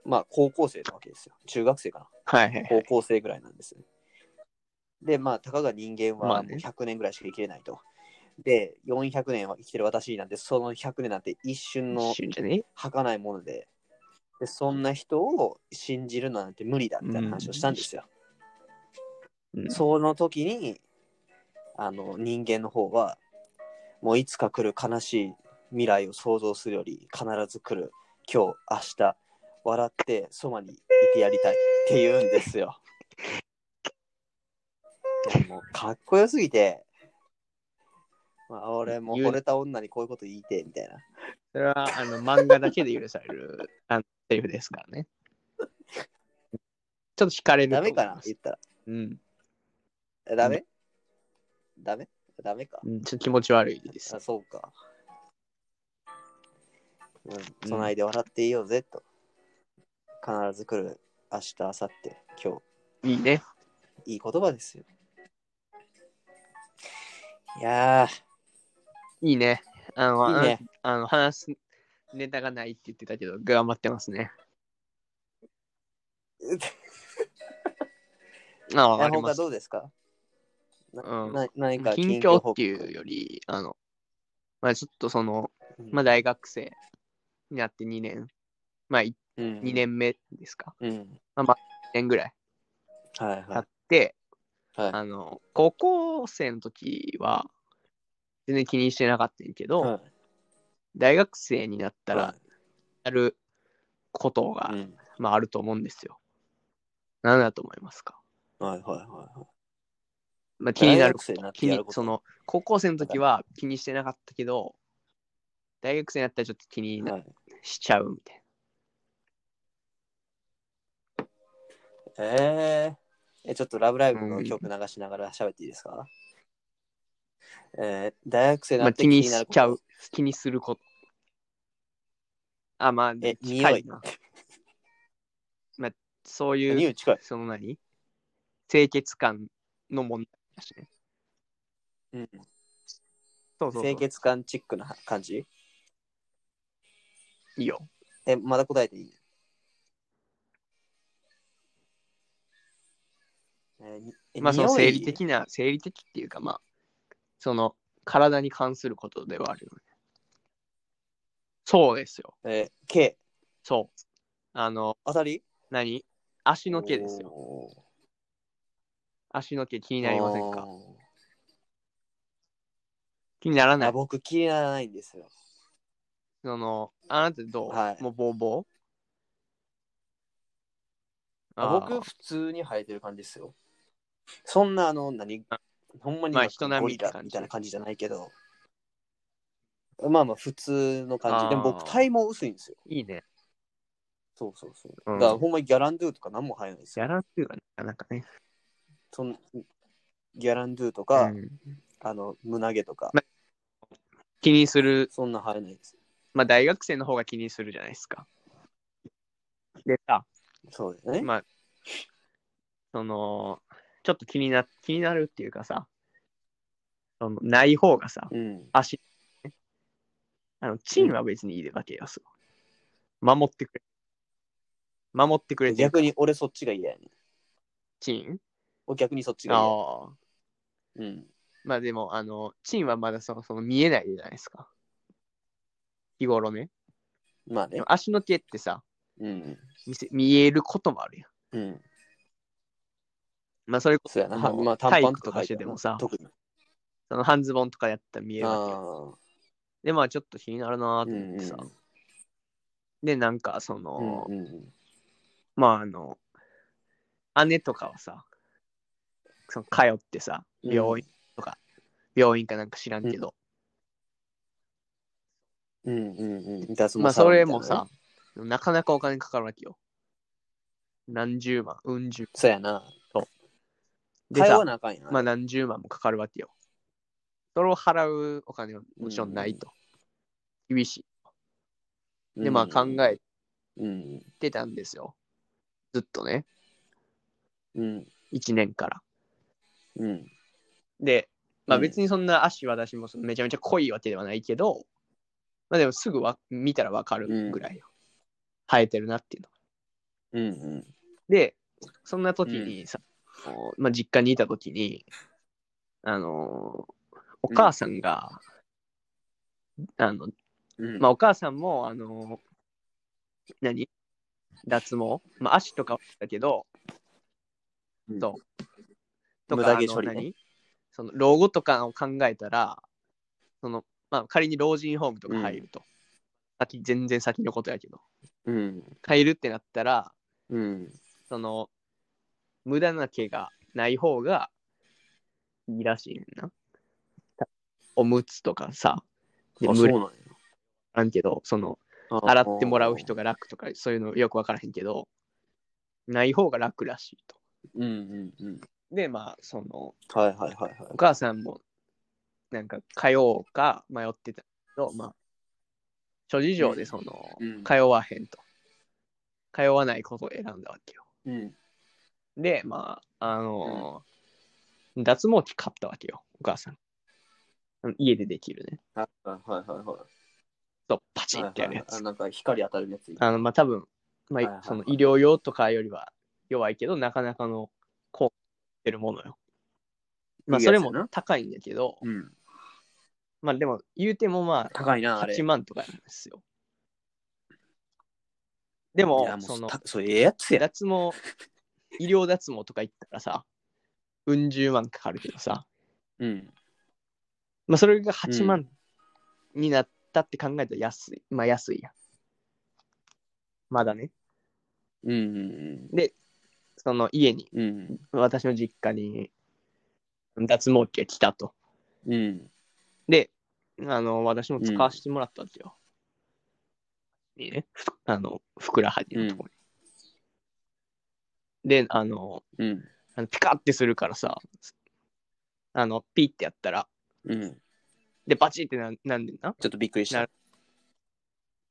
まあ、高校生なわけですよ。中学生かな。
はいはい。
高校生ぐらいなんです。で、まあ、たかが人間
ま
は
あ
もう
ね
100年ぐらいしか生きれないと。で、400年は生きてる私なんて、その100年なんて一瞬の
一瞬じゃね
儚いものでで、そんな人を信じるのなんて無理だみたいな話をしたんですよ。
うん
その時に、あの、人間の方は、もういつか来る悲しい未来を想像するより、必ず来る今日、明日、笑ってそばにいてやりたいって言うんです よ。いやもうかっこよすぎて、まあ、俺も惚れた女にこういうこと言いて、みたいな。
それは、あの、漫画だけで許される、 あの、セリフですからね。ちょっと惹かれると
ダ
思
メ
い
かな
ます
言ったら。
うん。
えダメダメダメか。
うんちょっと気持ち悪いです
あ、。そうか。うん、隣で笑っていようぜと。必ず来る明日、明後日、今
いいね。
日。いい言葉ですよ。いや
いいね。あの、
ー、いいね。
あの、話すネタがないって言ってたけど、頑張ってます ね。ああ、
え
ありま
他
す
ど。うですかな
うん
な何か近
近況
況
っ
報
て
告
いうより、あの、まあちょっとその、
うん
まあ大学生になって2年、まあ2
うん
年目ですか、
うん。
2年ぐらい
はい
経
は
って、
い。はい。
あの、高校生の時は、全然気にしてなかったんやけど、
はい
大学生になった
は
ら、やることが、
いうん
まああると思うんですよ。何だと思いますか
はいはいはい。
まあ、気にな
大
る
学生になっ
気
てや
に
ること
その高校生の時は気にしてなかったけど大学生になったらちょっと気にな
はい、
しちゃうみたい
ええちょっとラブライブの曲流しながら喋っていいですか、えー大学生に
ま
な
あ、
って
気にし
なること
ちゃう。気にすること。あ、まあ、
え、匂
近
い。
な。 まあ、そうい
匂
う、
い近い。
その何清潔感の問題だしね。
うん、
そうそうそう
清潔感チックな感じ
いいよ。
え、まだ答えていいえーにえ
まあ、その
匂い
生理的な、生理的っていうか、まあ、その、体に関することではあるよね。そうですよ。
えー毛、
そう。あの、
当たり
何足の毛ですよ。
よ。
足の毛気に
気
なりませんか気にならない
あ。僕、気にならないんですよ。
その、あなたどう、
はい
もうボーボー
あ
あー
僕、普通に生えてる感じですよ。そんな、あの、何ほんまにな
まあ
んか
人並
ゴ
み
リラ
って感じ
みたいな感じじゃないけど、まあまあ、普通の感
あー
じ。でも僕、体毛薄いんですよ。
いいね。
そうそうそう。
うん
だから、ほんまにギャランドゥとか何も生えないです
や
よ。
らんっていうかなかなかね。
そんギャランドゥとか、
うん
あの、胸毛とか、
気にする、
そんな生えないです。
まあ大学生の方が気にするじゃないですか。でさ、
そうですね。
まあ、その、ちょっと気にな、気になるっていうかさ、そのない方がさ、
うん。
足、ね、あの、チンは別にいいわけよ、そう守ってくれ。守ってくれてる
逆に俺そっちが嫌やね。
チン
お逆にそっちが嫌。
ああ。
うん。
まあでも、あの、チンはまだそのその見えないじゃないですか。日頃ね。
まあ
で
ね
も。足の毛ってさ、
うん。
見せ見えることもあるや
うん。
ん。まあそれこ
そうやな。
その、
まあ、短
体
パン
育
と
と
か履
かし
いてる
てて
な
もさ、
特に。
その半ズボンとかやったら見えるわけよ。
あ
で、まあちょっと気になるな
あ。
ー
う
と思っ
ん
てさ。で、なんかその、
うんうん。
まああの、姉とかはさ、その通ってさ、病院とか、病院かなんか知らんけど、
うんうんうん。脱毛
まあそれもさ、、なかなかお金かかるわけよ。何十万、うん十。
そうやな。
で
通
さ
わ、なあかんやな。
まあ何十万もかかるわけよ。それを払うお金はもちろんないと。厳しい。で、まあ考え
うん。
てたんですよ。ずっとね、
うん。
1年から。
うん。
で、まあ
うん
別にそんな足私もそのめちゃめちゃ濃いわけではないけど、まあでもすぐわ見たらわかるぐらいよ。生えてるなっていうの。
うん。うん。
で、そんな時にさ、こうまあ、実家にいた時に、あのーお母さんが、あの、
うん。
まあ、お母さんも、あのー何脱毛、まあ、足とかはだけど、
うん
そう。と
無
か、
駄
あ
毛
の
処理ね
何その老後とかを考えたら、その、まあ、仮に老人ホームとか入ると、先、全然先のことやけど、
うん。
入るってなったら、
うん。
その、無駄な毛がない方がいいらしいねんな。おむつとかさ、で
あ
蒸れ
そうなんや
あんけど、その、
あ
洗ってもらう人が楽とか、そういうのよくわからへんけど、ない方が楽らしいと。
うんうんうん。
で、まあ、その、
はいはいはいはい。
お母さんも、なんか、通おうか迷ってたけど、まあ、諸事情でその、
うん
通わへんと。通わないことを選んだわけよ。
うん。
で、まあ、あのー脱毛器買ったわけよ、お母さん。あの家でできるね。
はいはいはいはい。
そう、パチンってやるや
はいはいはいあ
つ。
なんか光当たるやつ。
あの、まあ、多分、ま
はいはいは
あ、
い
その医療用とかよりは弱いけど、なかなかの効果出るものよ。まあ、
いい
そ
やつ
れ
やな
も高いんだけど、
うん。
まあ、でも、言うてもま
高い
あ、
な、あれ。
8万とかなんですよ。で
い
も
や、う
その、
たそれええやつや。
脱毛、医療脱毛とか行ったらさ、うん十万かかるけどさ、
うん。
まあ、それが8万になったって考えたら安い。まあ、安いやん。まだね。
うんうん
で、その家に、
うん。うん。
私の実家に脱毛器が来たと。
うん。
で、あの、私も使わせてもらったんですよ。いいね。ふあの、ふくらはぎのところに。で、あの、
うん。
あのピカってするからさ、あの、ピってやったら、
うん。
で、バチってななんでんな
ちょっとびっくりし
な
た。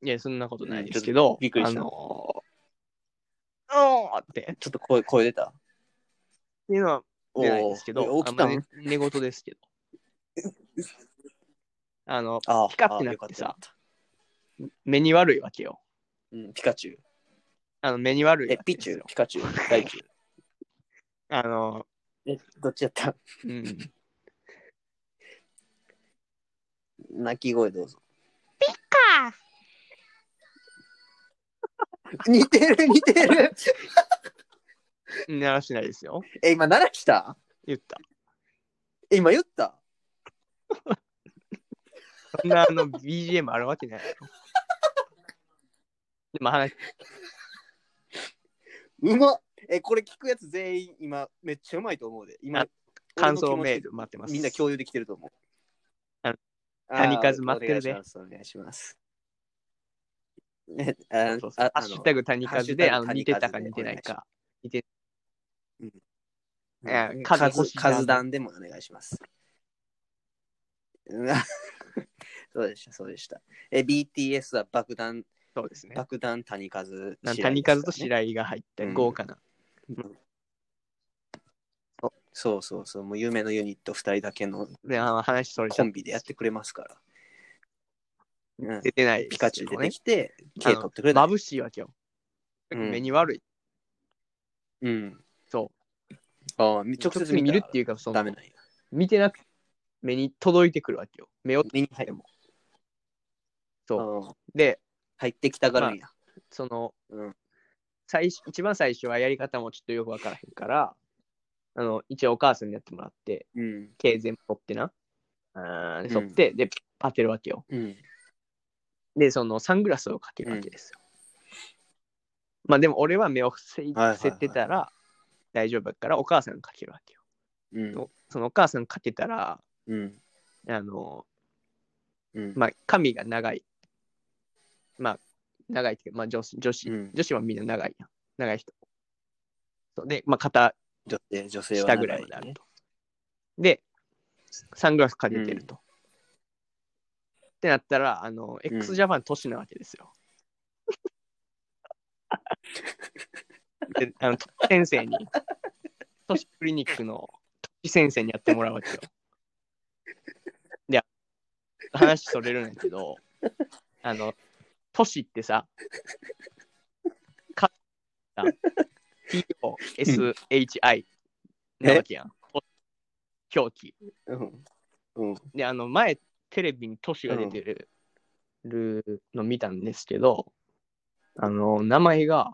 いや、そんなことない
うん
ですけど、
びっくりした
あのー、おーって、っ
ちょっと声声出た。
ていうのは
お
出ないんですけど、
ー起きた
あん
ん
まり寝言ですけど。あの、
ああ
ピカってなって
よかた
さ
よかった
目に悪いわけよ。
うん、ピカチュウ。
あの、目に悪い
え
わ、け
ピ
です
チ
よ。
ュウ、ピカチュウ、大チュウ。
あの、
え、どっちやった
うん。
鳴き声どうぞ。ピカ似てる似てる
鳴らしないですよ。
え、今、鳴らした
言った。
え、今言った
そんな あの BGM あるわけないやろ。でも話、
うまっえ、これ聞くやつ全員今めっちゃうまいと思うで。今
あ、感想メール待ってます。
みんな共有できてると思う。
あの
あー
谷数待ってるで
お願いします。お願いします。ね、あ
そうそ
あ
うハ
あ
ッシュ
の
タグ谷
ハッシ
数
ュタ
で、
グ
あの、似てたか
谷数で
似てないか。似て、
う
え
ん
ー数
数
欲しいな
数段でもお願いします。 うんそうでした、そうでした。え、BTS は爆弾、
そうですね。
爆弾谷数、
なん谷数と
井。
白井が入って
うん
豪華な。
そうそうそう、もう有名のユニット2人だけの
で、あの話それち
コ
ゃっ
ンビでやってくれますから。うん、
出てない、
ピカチュウ出て
ね
き。て、K 取ってくれた。
眩しいわけよ。
うん
目に悪い。
うん。
そう。
ああ、み直
直
接
接
見
見るって
いう
いうか、そ
ダ
の
メ、なんや。
見てなく目に届いてくるわけよ。目を、
目に入
で
っ
もそ
ああ
で、
入ってきたがるんや。
その、
うん
最初一番最初はやり方もちょっとよくわからへんから、あの、一応お母さんにやってもらって、
うん。
経全部取ってな。あーで、取って、で、当てるわけよ。
うん。
で、そのサングラスをかけるわけですよ。まあでも俺は目を伏せ
はいはいはい
伏せてたら大丈夫だからお母さんがかけるわけよ。
うん。
おそのお母さんかけたら、
うん。
あの、
うん。
まあ髪が長い。まあ長いっていうか、まあ女子、女子、
うん
女子はみんな長いやん。長い人。そうで、まあ肩
女性、女性は
下ぐらいまであると。で、サングラスかけてると。ってなったら、あの、
ん
x ジャパン都市なわけですよ。で、あの、都市先生に、都市クリニックの都市先生にやってもらうわけよ。で、話それるんやけど、あの、都市ってさ、か、TOSHI なわけやん。表記。
うん。うん。
で、あの、前、テレビに都市が出てる,、の見たんですけど、あの、名前が、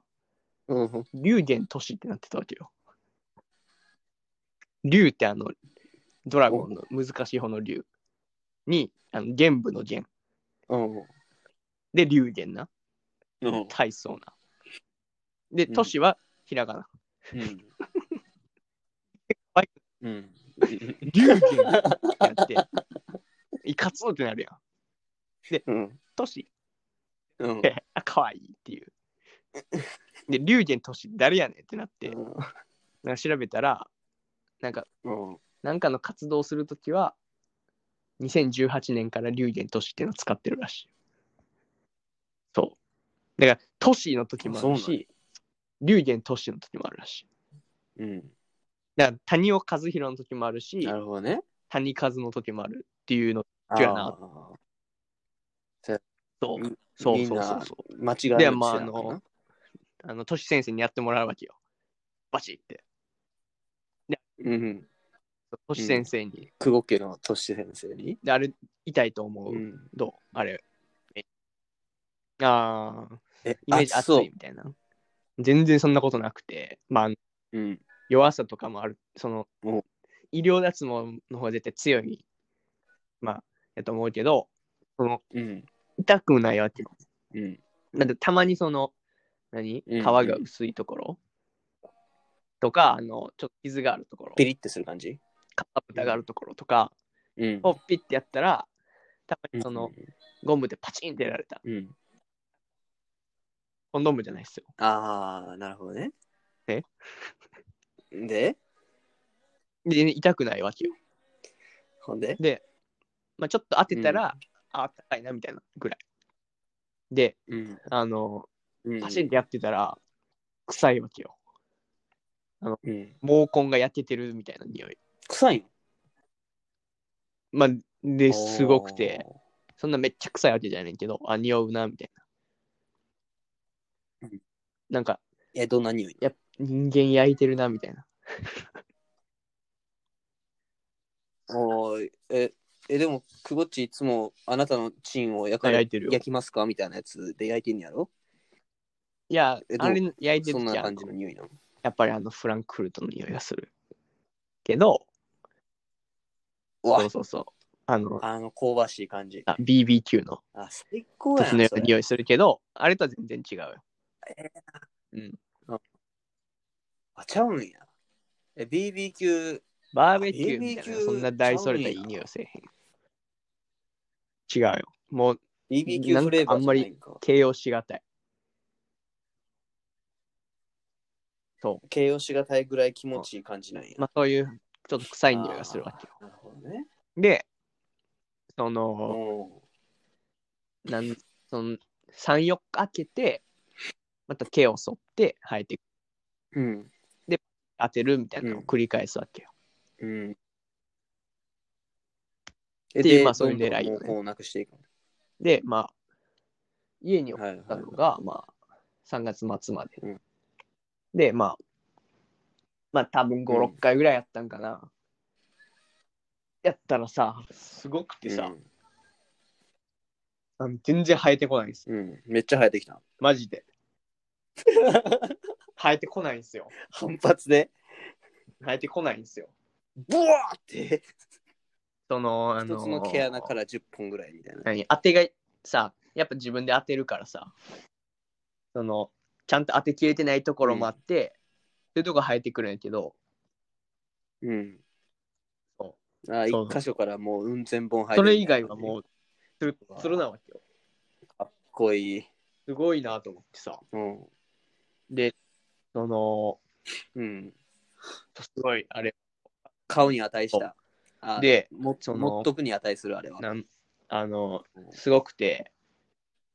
うん。
龍玄都市ってなってたわけよ。龍ってあの、ドラゴンの難しい方の龍に、あの、玄武の玄。
うん。
で、龍玄な。
うん。
大層な。で、
うん
都市はひらがな。
うん。
龍玄ってな って、いかつってなるやん。
うん。
都市
うん。
ってあ可愛いっていう。で、龍玄都市誰やねんってなって、なんか調べたら、なんか、
うん。
なんかの活動をするときは、2018年から龍玄都市っていうのを使ってるらしい。そう。だから、都市の時もある
そうなん
し、龍玄都市の時もあるらしい。
うん。
だから、谷尾和弘の時もあるし
な、るほどね。
谷和の時もあるっていうの
ああ
と、
うん
そう
みん
そう
な
そうそう。
間違い
で、まあ、あの、あの、都市先生にやってもらうわけよ。バチって。
うん。
都市先生に。
久保家の都市先生に。
で、あれ、痛いと思う。
うん。
どうあれ。ああ、
え、
イメージ
あ
熱
そう
いみたいな。全然そんなことなくて、まあ、
うん。
弱さとかもある、その
お、
医療脱毛の方が絶対強い、まあ、やと思うけど、その、
うん。
痛くないわけよ。
うん。
なんで、たまにその、何皮
うんうん
が薄いところ、とか、あの、ちょっと傷があるところ、
ピリッてする感じ
かさぶたがあるところとか、
うん。
をピッてやったら、たまにその、
う
ゴムでパチンってやられた。
ん。うん。
コンドームじゃないっすよ。
ああ、なるほどね。
で
で
で、痛くないわけよ。
ほんで
で、まあ、ちょっと当てたら、あ、高いなみたいなぐらい。で、
うん。
あの、
うん
パシンってやってたら、臭いわけよ。
うん。
毛根が焼けてるみたいな匂い。
臭い
まあ、
の
で、すごくて、。そんなめっちゃ臭いわけじゃないけど、あ、匂うな、みたいな
うん。
なんか、
え、どんな匂い
やっぱ人間焼いてるな、みたいな。
おーえ、え、でも、くぼっちいつもあなたのチンを焼か
あ焼いてるよ
焼きますかみたいなやつで焼いてんやろ
いや
え、どう
あれ焼いて
そ
る
ん
時
な
は
感じの匂いなの。
やっぱりあのフランクフルトの匂いがする。けど、
う
そう
わ、
そうそう。あの、
あの香ばしい感じ。
あ BBQ の
あ、最高や
時の
な
よ
そう
な
れ
匂いするけど、あれとは全然違うよ。
あ、ちゃうんや。え、BBQ、
バーベキューみたいな、
BBQ
そんな大それたいい匂いはせえへん。違うよ。もう
BBQ フレーバーじゃないんか。
形容しがたい。
形容しがたいぐらい気持ちいい感じなんや。
まあそういう、ちょっと臭い匂いがするわけよ。
なるほどね。
で、その、
う
なんその3、4日開けて、また毛を剃って生えて
ん。
当てるみたいなのを繰り返すわけよ。
うん。
っ
え
ていうまあそういう狙いよ
どんど
ね
んもうなくしていく
で、まあ、家に
の。
置
はいはい
ったのが、まあ、3月末まで。
うん
で、まあ、まあ、多分5、6回ぐらいやったんかな。やったらさ、すごくてさ、あの全然生えてこないんですよ。
うん。うんめっちゃ生えてきた。
マジで。生えてこないんですよ。
反発で、
生えてこないんですよ。
ブワーって、
その、あ
一
の
つの毛穴から10本ぐらいみたいな。
何当てがさやっぱ自分で当てるからさそのちゃんと当てきれてないところもあって、そういうとこ生えてくるんやけど
うん。
そ
あ
そう
一箇所からもううん千本入る。
それ以外はもうつるつるなわけよ
かっこいい。
すごいなと思ってさ
うん。
でその
うん。
すごいあれ
顔に値した。あ
で
も
その
持っとくに値するあれは。
なんあの
うん
すごくて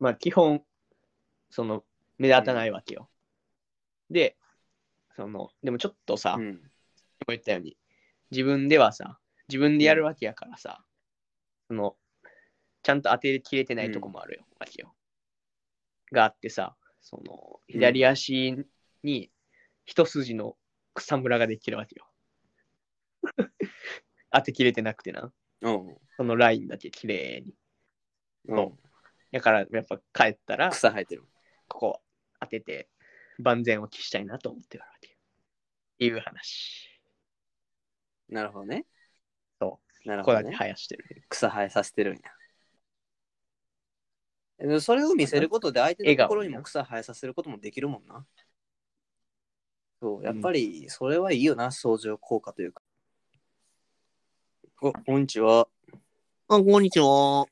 まあ基本その目立たないわけよ、でそのでもちょっとさ、
うん。
も言ったように自分ではさ自分でやるわけやからさ、そのちゃんと当てきれてないとこもあるよ、わけよがあってさその
ん
左足に一筋の草むらができるわけよ 当てきれてなくてな
うん。
そのラインだけ綺麗に
うん、
だからやっぱ帰ったら
草生えてる。
ここ当てて万全を期したいなと思ってるわけよっていう話
なるほどね。。
そう
なる
こ
ほ
こ
ど、
だけ
ね。
生やしてる
草生えさせてるんや。えでもそれを見せることで相手の心にも草生えさせることもできるもんな。そう、やっぱりそれはいいよな、相乗効果というか。お、こんにちは。
あ、こんにちは。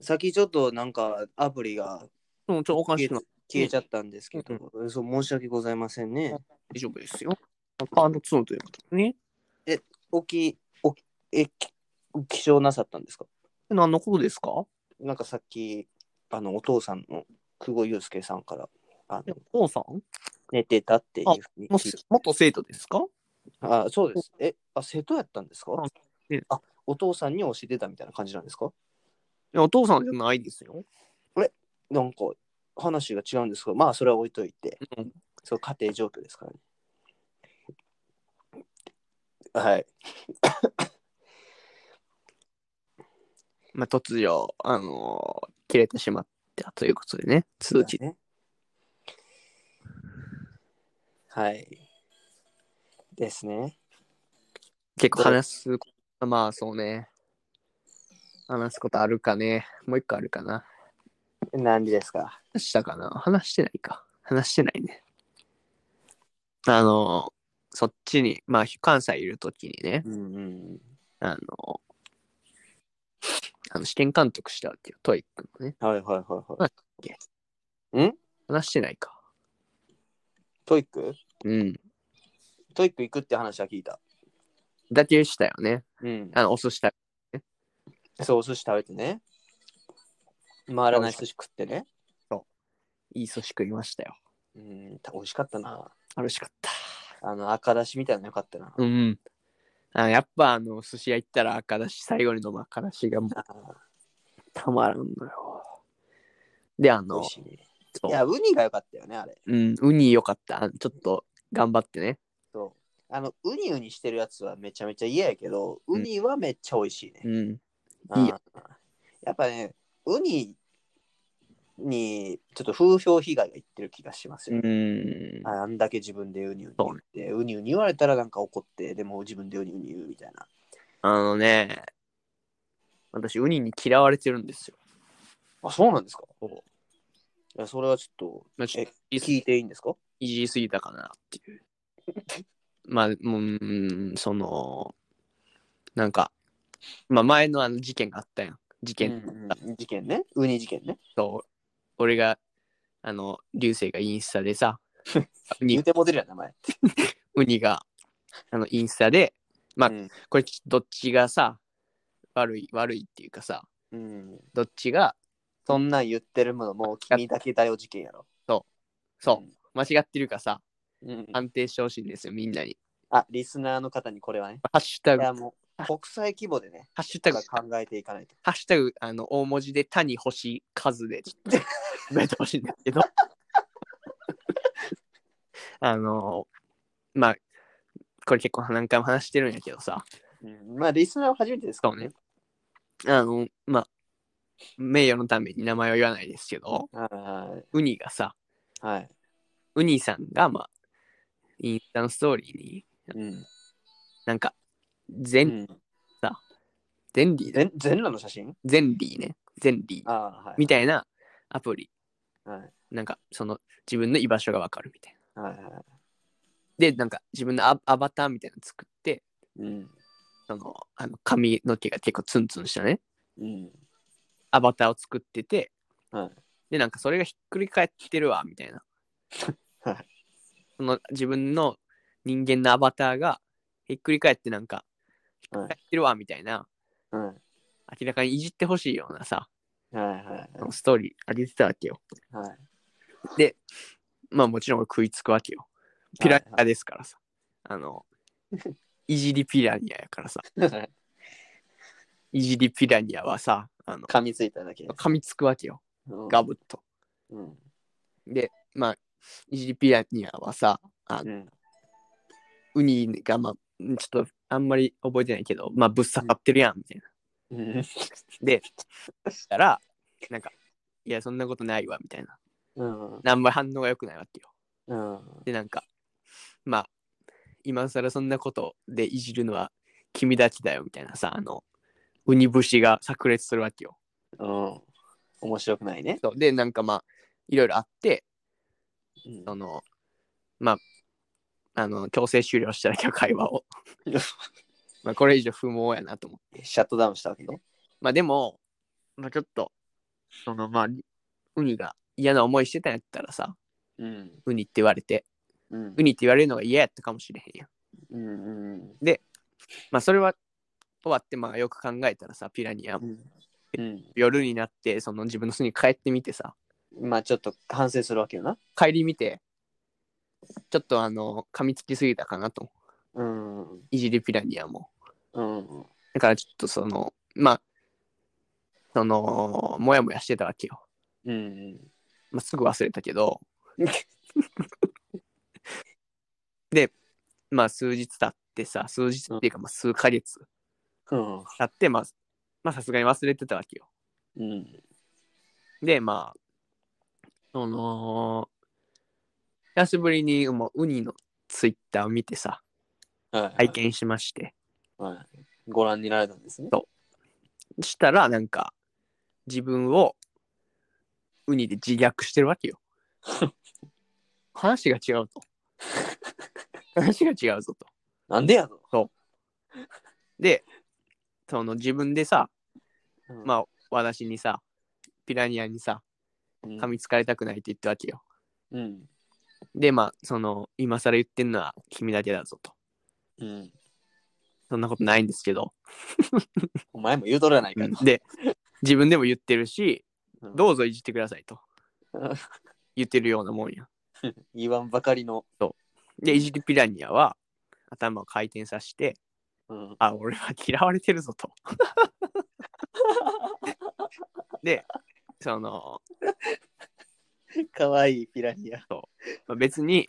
先ちょっとなんかアプリが
うん、ちょ、おか
消
し
え
くな
消えちゃったんですけど、そう申し訳ございませんね。
大丈夫ですよ。パート2ということでね。
おき、おき、え、き起床なさったんですか
何のことですか
なんかさっき、あの、お父さんの久保祐介さんから、あの、
王さん
寝てたっていうふうに
も
聞い
し、元生徒ですか
あそうです。え、あ、瀬戸やったんですか
あええ
あ、お父さんに教えてたみたいな感じなんですか
いや、お父さんじゃないですよ。
なんか、話が違うんですけど、まあ、それは置いといて、
うん
そう、家庭状況ですからね。はい。
まあ、突如、あのー切れてしまったということでね、通知。
ね。はい。ですね。
結構話す、まあ、そうね。話すことあるかね。もう一個あるかな。
何時ですか
話したかな話してないか。話してないね。あのーそっちに、まあ、関西いるときにね、
うんうん。
あの、あの試験監督したわけよ、トイックのね。
はいはいはいは
話話してないか。
い。トイック
うん。
トイック行くって話は聞いた。
だけしたよね。
うん。
あの、お寿司食
そう、お寿司食べてね。回らない寿司食ってね。
べ、いい寿司食いましたよ。
うん、美味しかったな。
楽しかった。
あの、赤だしみたいなのよかったな。
うん。あやっぱ、あの、寿司屋行ったら赤だし、最後に飲む赤だしがもう
あ
たまらんのよ。で、あ
ー美
の
味、しいね。
そう
いや、ウニが良かったよね、あれ。
うん、ウニ良かった。あちょっと頑張ってね。
そう。あの、ウニウニしてるやつはめちゃめちゃ嫌やけど、ウニはめっちゃ美味しいね。
うん。
うん
いいよ
やっぱね、ウニにちょっと風評被害がいってる気がしますよ、
うん。
ああんだけ自分でウニウニ言って、ウニウニ言われたらなんか怒って、でも自分でウニウニ言うみたいな。
あのね、私、ウニに嫌われてるんですよ。
あ、そうなんですかいや、それはちょっ
まあ、ちょっと
えと聞いていいんですか
いじりすぎたかなっていう。まあ、もう、うん、その、なんか、まあ、前のあの事件があったやん。事
う
件、
んうん事件ね。ウニ事件ね。
と、俺が、あの、流星がインスタでさ、ウ
言う
ニ
てモデルや名前。
ウニが、あの、インスタで、まあ
うん
これ、どっちがさ、悪い、悪いっていうかさ、
うん。
どっちが、
そんなん言ってるものもう君だけだよ事件やろ。
そう、間違ってるかさ、
うん。うん
判定してほしいんですよ、みんなに。
あ、リスナーの方にこれはね。
ハッシュタ
い
グ、
や、
ハ
もう国際規模でね、
ッシュタグ
考、えていかないと。
ハッシュタグ、あの、大文字で、谷星 数で、ちょっと、埋めてほしいんですけど。 あの、まあ、これ結構何回も話してるんやけどさ、
うんまあ、リスナーは初めてですからね。
あの、まあ、名誉のために名前は言わないですけど、
は
ウニがさ、
い。はい。
ウニさんが、まあ、インスタのストーリーに、
うん。
なんか、ゼン、
うん
ゼンリーだ、
全全裸の写真
ゼンリーね、ゼンリー
ああ、はい。
みたいなアプリ、
はい。
なんか、その、自分の居場所がわかるみたいな。
はいは
で、なんか、自分のアアバターみたいなの作って、
い。うん。
その、あの髪の毛が結構ツンツンしたね、
うん。
アバターを作ってて、
はい
で、なんか、それがひっくり返ってるわ、みたいな。
はい
その、自分の人間のアバターが、ひっくり返って、なんか、ひっくり返ってるわ、みたいな、
はい。
明らかにいじってほしいようなさ、
はいはい
あのストーリーあげてたわけよ。
はい。
まあもちろん俺食いつくわけよ。ピラニアですからさ。あの、いじりピラニアやからさ。
はい。
いじりピラニアはさ、あの、
噛みついただけ。
噛みつくわけよ。
うん
ガブッと。
うん。
で、まあ、いじりピラニアはさ、あ
う
の
ん。
ウニがまあ、ちょっとあんまり覚えてないけど、まあぶっ刺さってるやん、みたいな。
うん。
で、したら、なんか、いや、そんなことないわ、みたいな。
うん。
あんまり反応が良くないわけよ。
うん。
で、なんか、まあ、今更そんなことでいじるのは君だけだよみたいなさ、あの、ウニ節が炸裂するわけよ。
うん。面白くないね。
そうで、なんかまあ、いろいろあって、
うん
その、まあ、あの、強制終了したら今日会話を。まあ、これ以上不毛やなと思っ て。
シャットダウンしたわけね。
まあ、でも、まあ、ちょっと、その、まあ、ウニが嫌な思いしてたんやったらさ、
うん。
ウニって言われて、
うん
ウ。ニって言われるのが嫌やったかもしれへんやん。
うん。うん。
まあ、それは終わって、まあ、よく考えたらさ、ピラニアも
うんうん。
夜になってその自分の巣に帰ってみてさ
まあ、ちょっと反省するわけよな。
帰り見てちょっとあの噛みつきすぎたかなと
うん。うん。
いじりピラニアも
うん。
だからちょっとそのまあそのモヤモヤしてたわけよ、
うん。
まあ、すぐ忘れたけどでまあ数日経ってさ数日っていうかまあ数ヶ月
うん。
経ってまあまあさすがに忘れてたわけよ
うん。
でまあその久しぶりにもうウニのツイッターを見てさ
は
拝見しまして、
はい。ご覧になられたんですね。
したらなんか自分をウニで自虐してるわけよ話が違うと話が違うぞと
なんでやぞ。
でその自分でさ
うん
まあ私にさピラニアにさ
うん
噛みつかれたくないって言ったわけよ
うん。
でまあその今更言ってんのは君だけだぞと
うん。
そんなことないんですけど。
お前も言うとるやないかと。
で、自分でも言ってるし、
うん
どうぞいじってください と
うん
言ってるようなもんや。
言わんばかりの。
で、いじりピラニアは頭を回転させて、
うん。
あ、俺は嫌われてるぞ と。で、その、
かわいいピラニア。
まあ別に、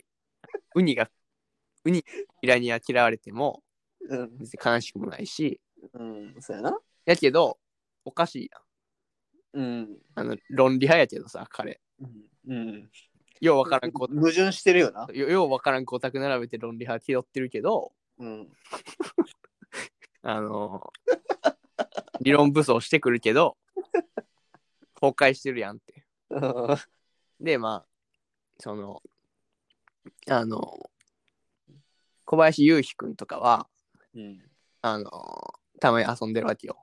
ウニが、ウニ、ピラニア嫌われても、
うん。
別に悲しくもないし、
うん。そうやな。
やけど、おかしいやん。
うん。
あの、論理派やけどさ、彼。
うんうん。
ようわからんこ
矛盾してるよな。
よようわからん五択並べて論理派拾ってるけど、
うん。
あのー理論武装してくるけど、崩壊してるやんって。で、まあ、その、あのー小林雄飛くんとかは、
うん。
あのーたまに遊んでるわけよ。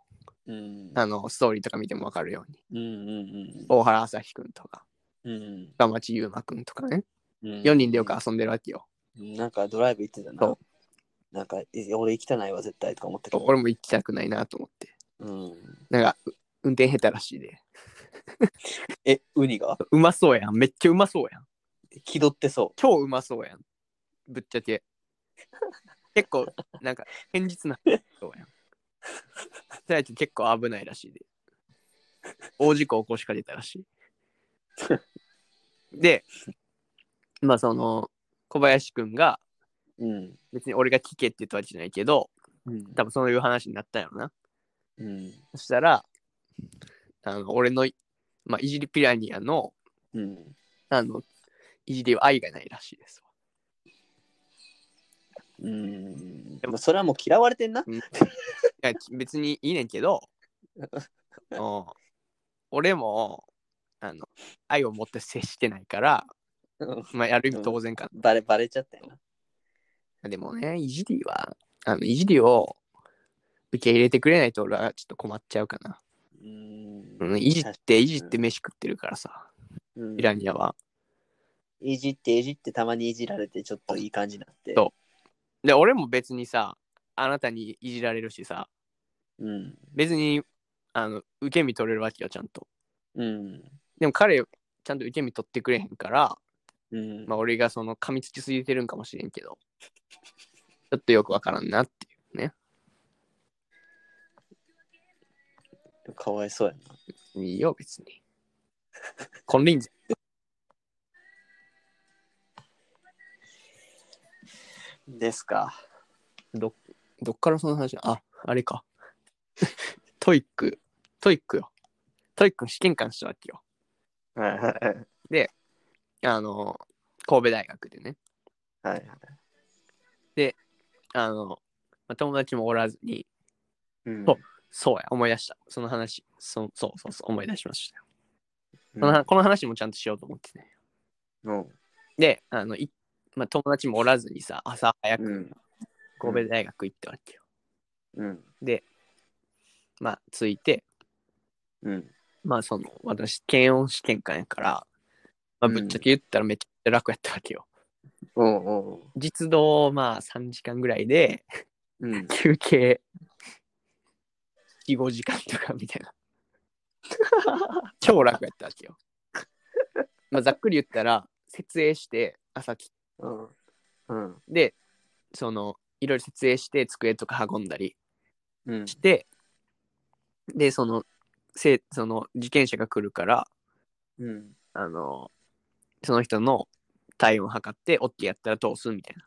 うん。
あの、ストーリーとか見てもわかるように。
うんうん
大原朝日くんとか、
うん。うん
深町優馬くんとかね。
うん。
4人でよく遊んでるわけよ。
なんかドライブ行ってた
そ
な
う。
なんか、い俺行きたないわ、絶対とか思ったけど。
俺も行きたくないなと思って。
うん、
なんか、う運転下手らしいで。
え、ウニが
うまそうやん。めっちゃうまそうやん。
気取ってそ
超うまそうやん。ぶっちゃけ。結構、なんか、堅実なそうやん。そやけど結構危ないらしいで。大事故起こしかけたらしい。で、まあその、小林くんが、
う。うん。
別に俺が聞けって言ったわけじゃないけど、
うん。
多分そういう話になったんやろな。
うん。
そしたら、あの俺の、まあ、いじりピラニアの、
うん。
あの、いじりは愛がないらしいですわ。
うん。でもそれはもう嫌われてんな。
いやき別にいいねん けどうん俺もあの愛を持って接してないから、
うん
まあ、ある意味当然かな、
バレ、バレちゃったよな。
でもねイジリーはあのイジリーを受け入れてくれないと俺はちょっと困っちゃうかな、
うん
うん、いじっていじって飯食ってるからさ
うん
イラニアはい
じっていじってたまにいじられてちょっといい感じになって。
そで俺も別にさあなたにいじられるしさ
うん。
別にあの受け身取れるわけよちゃんと
うん。
でも彼ちゃんと受け身取ってくれへんから
うん。
まあ俺がその噛みつきすぎてるんかもしれんけど、ちょっとよくわからんなっていうね。
かわいそうやな。
いいよ、別 に。金輪際。
ですか。
どっからその話なあ、あれか。トイック、トイックよ。トイックの試験官したわけよ。
はいはいはい。
あの、神戸大学でね。
はいはい。
あの、まあ、友達もおらずに、
うん
そうそうや、思い出した。その話、そそうそうそう、思い出しました
う
よ。
ん
そのこの話もちゃんとしようと思ってね。
うん
で、あの、いまあ、友達もおらずにさ、朝早
う
く
ん。
神戸大学行ったわけよ。
うん。
まあ、ついて、
うん。
まあ、その、私、検温試験官やから、まあ、
うん
ぶっちゃけ言ったらめっちゃ楽やったわけよ。
うん。うん。
実動、まあ、3時間ぐらいで、
うん。
休憩、4、5時間とかみたいな。超楽やったわけよ。まあ、ざっくり言ったら、設営して、朝来
うん。うん。
で、その、いろいろ設営して、机とか運んだり、
うん。
してでそのせその受験者が来るから
うん。
あのその人の体温を測って OK やったら通すみたいな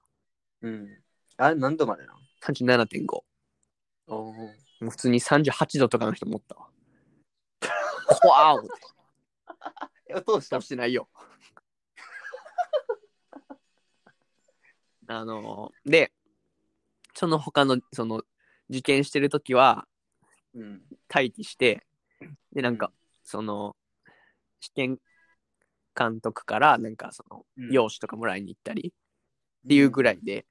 うん。あれ何度までなの
37.5も
おー
う普通に38度とかの人持ったわ怖っ
えどうした
通してないよ あのでその他のその受験してる時は
うん。
待機してでなんか、その試験監督からなんかその
うん
用紙とかもらいに行ったりっていうぐらいで、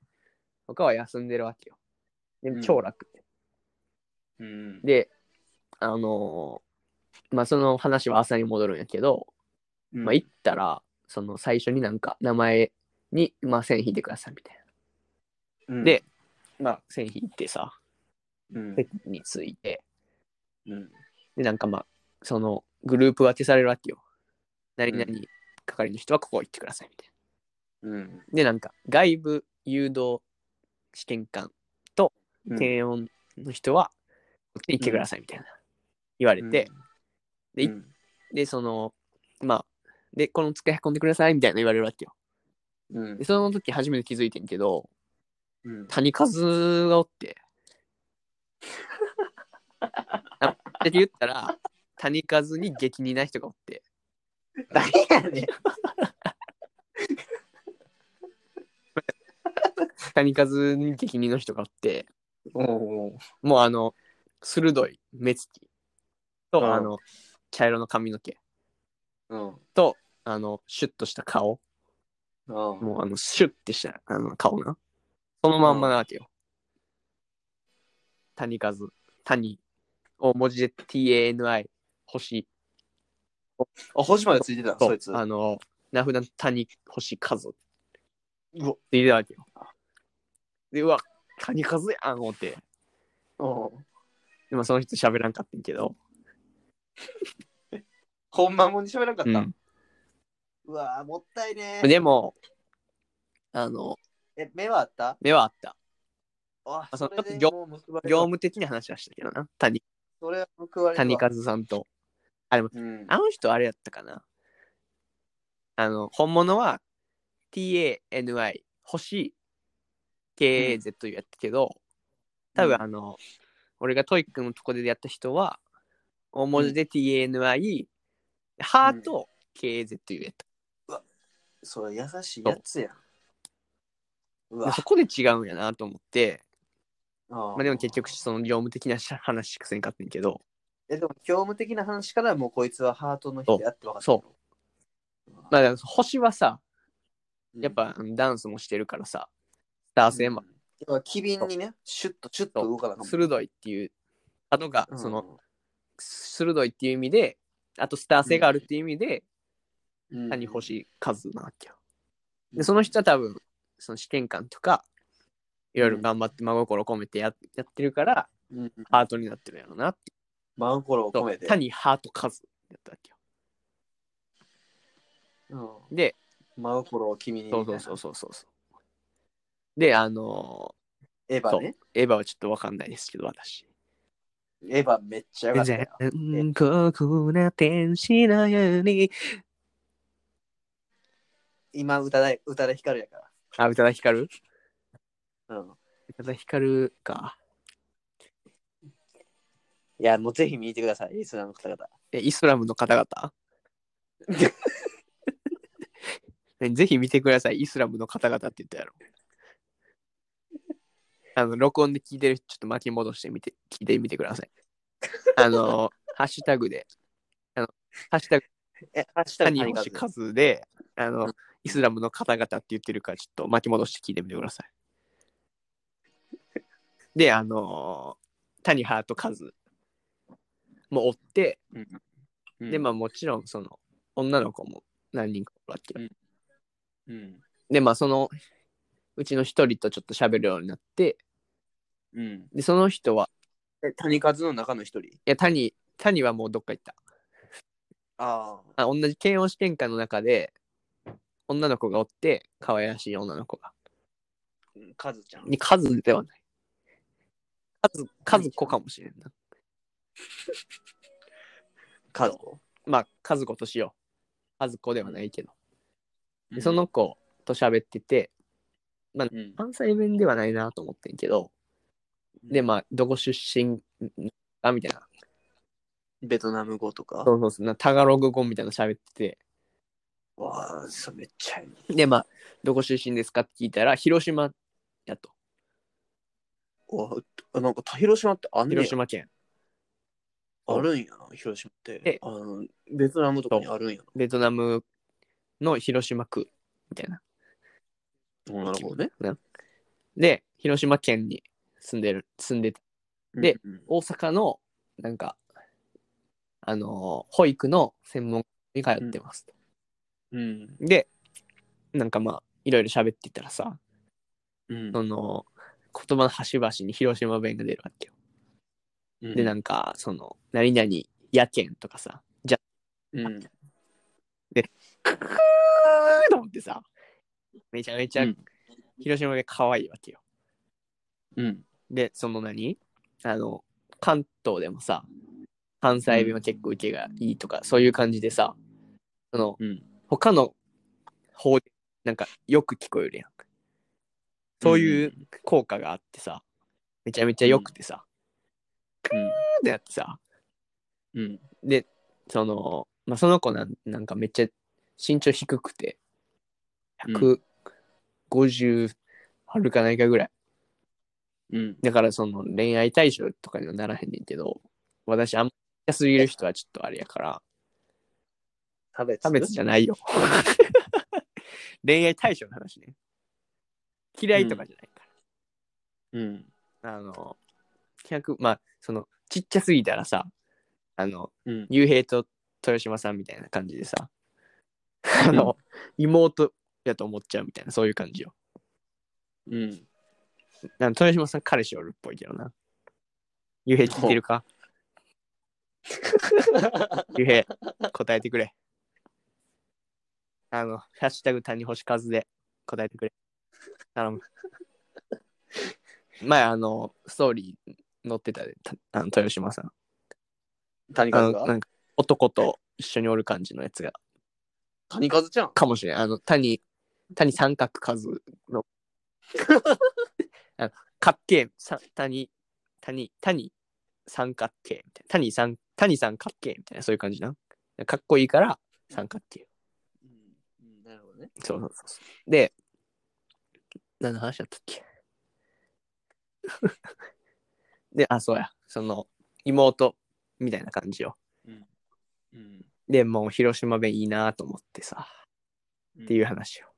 他は休んでるわけよ。
う
で
ん
超楽、
うん。
であのーまあその話は朝に戻るんやけど、
うん、
まあ行ったらその最初になんか名前に、まあ、線引いてくださいみたい
うん
でな、まあ、線引いてさ
うん
について、
うん
で、なんかまあ、そのグループ分けされるわけよ。何々
うん
係の人はここ行ってくださいみたい
うん
な。で、なんか外部誘導試験官、
うん
低音の人はこっちに行ってくださいみたいな、言われて、で
うん
で、その、まあ、で、この机運んでくださいみたいな言われるわけよ。
うん
で、その時初めて気づいてんけど、
うん
谷数がおって。あって言ったら、谷数に激似な人がおって。
誰やねん
谷数に激似の人がおって、
おう
もうあの、鋭い目つきと、
うん
あの、茶色の髪の毛
おう
と、あの、シュッとした
う
顔。
んうん
もうあの、シュッてしたあの顔な。そのまんまなわけよ。谷数。谷。を文字で TANI。星。
あ星までついてたの
と
そいつ
あの、名札の谷、星、数。
うわ
って入れたわけよ。で、うわ、谷数やん、思って。
おう
でもその人喋らんかったんけど。
ほんまもんに喋らんかっ
う
た
ん、
うわーもったいねー
でも、あの、
え目はあった
目はあった。
あ
あそ
そ
の
れで
ちょっ
もう結ばれた
業務的な話はしたけどな。谷
それは報われたわ
谷数さんと。
うん
あの人あれやったかな。あの、本物は TANI、星 KAZU やったけど、多分あの、俺がトイックのとこでやった人は、大文字で TANI、ハート KAZU やっ
それ優しいやつやんう
た。
わ
そこで違うんやなと思って、
ま
まあでも結局その業務的な話しかせんかったんやけど、
えでも業務的な話からもうこいつはハートの人やって分かった
そう
わ
まあでも星はさ、
うん
やっぱあのダンスもしてるからさ、スター性
う
も
ん要は機敏にねシュッとシュッと動かなかも
鋭いっていう、あとが、
うん
その、鋭いっていう意味で、あとスター性があるっていう意味で、
うん
谷星数なわけよ。
うん
で、その人は多分、その試験官とか、いろいろ頑張って真心込めてややってるから、
うん
ハートになってるやろなって。
真心を込めて
谷ハート数やったわけよ。
うん
で、
真心を君に
そうそうそうそうそうそう。で、あの
エヴ
ー
ァ
そう
ね、
エヴァはちょっとわかんないですけど、私。
エヴァめっちゃよかったよ
全国な天使のように。
今歌だ歌で光るやか
あ、宇多田ヒカル
らうん
宇多田ヒカルか。
いやもうぜひ見てくださいリスナーの方々
え、イスラムの方々 ねぜひ見てください、イスラムの方々って言ったやろ。あの、録音で聞いてる人、ちょっと巻き戻してみて、聞いてみてください。あの、ハッシュタグで、あの、ハッシュタグ、
え明日
谷星数で、あの、イスラムの方々って言ってるから、ちょっと巻き戻して聞いてみてください。で、あの谷ハート数も追って、で、まあもちろん、その、女の子も何人かおらっけ
うんうん
で、まあその、うちの一人とちょっと喋るようになって、
うん
で、その人は、
え谷数の中の一人
いや、谷、谷はもうどっか行った。
ああ
あ同じ検温試験官の中で、女の子がおって、可愛らしい女の子が。
うんカズちゃん
に数ではない。数、数子かもしれんな。
カズ子
まあ、数子としよう。数子ではないけど。でその子と喋って
うん
て、関西弁ではないなと思ってんけど、で、まあ、どこ出身かみたいな。
ベトナム語とか
そうそうそう。なタガログ語みたいなの喋って
わあそれめっちゃいい
て。で、まあ、どこ出身ですかって聞いたら、広島やと。
わあなんか広島ってあんねや
広島県。
あるんやな広島って
え
あのベトナムとかにあるんや
ベトナムの広島区みたいな。
ななるほどね
で、広島県に住んでる、住んでて、で
うん
大阪の、なんか、あのー保育の専門に通ってますと。
うん
で、なんかまあ、いろいろ喋ってたらさ、
うん
その、言葉の端々に広島弁が出るわけよ。
で
で、なんか、その、何々、夜券とかさ、
うん。
ククーと思ってさ、めちゃめちゃ
うん
広島弁可愛いわけよ。
うん。
で、その何あの、関東でもさ、関西弁は結構受けがいいとか、そういう感じでさ、その、
うん。
他の方で、なんか、よく聞こえるやん。そういう効果があってさ、めちゃめちゃ良くてさ、うーってなってさ、
うん。うん。
で、その、まあ、その子なんなんかめっちゃ身長低くて、150あるかないかぐらい。
うん。
だからその恋愛対象とかにはならへんねんけど、私あんま高すぎる人はちょっとあれやから、
差別
差別じゃないよ。恋愛対象の話ね。嫌いとかじゃないか
うん。
ら。あの、100、まあ、その、ちっちゃすぎたらさ、あの、
うん。
雄平と豊島さんみたいな感じでさ、あの、妹やと思っちゃうみたいな、そういう感じよ。
うん。
なんか豊島さん彼氏おるっぽいけどな。ゆうへい聞いてるかゆうへい、答えてくれ。あの、ハッシュタグ谷星和で答えてくれ。頼 む。前、あの、ストーリー載ってたで、たあの豊島さん。
谷
あ
数
の、な
が
んか男と一緒におる感じのやつが、
谷数ちゃん。
かもしれん。あの、谷、谷三角数の。あのかっけえ、さ谷、谷、谷、三角形みたいな。谷三、谷三角形みたいな、そういう感じな。かっこいいから、三角形。
うん。なるほどね。
そうそうそうそう。で、何の話だったっけ で、あ、そうや。その、妹みたいな感じよ。
うん。
で、もう広島弁いいなと思ってさ、っていう。話よ。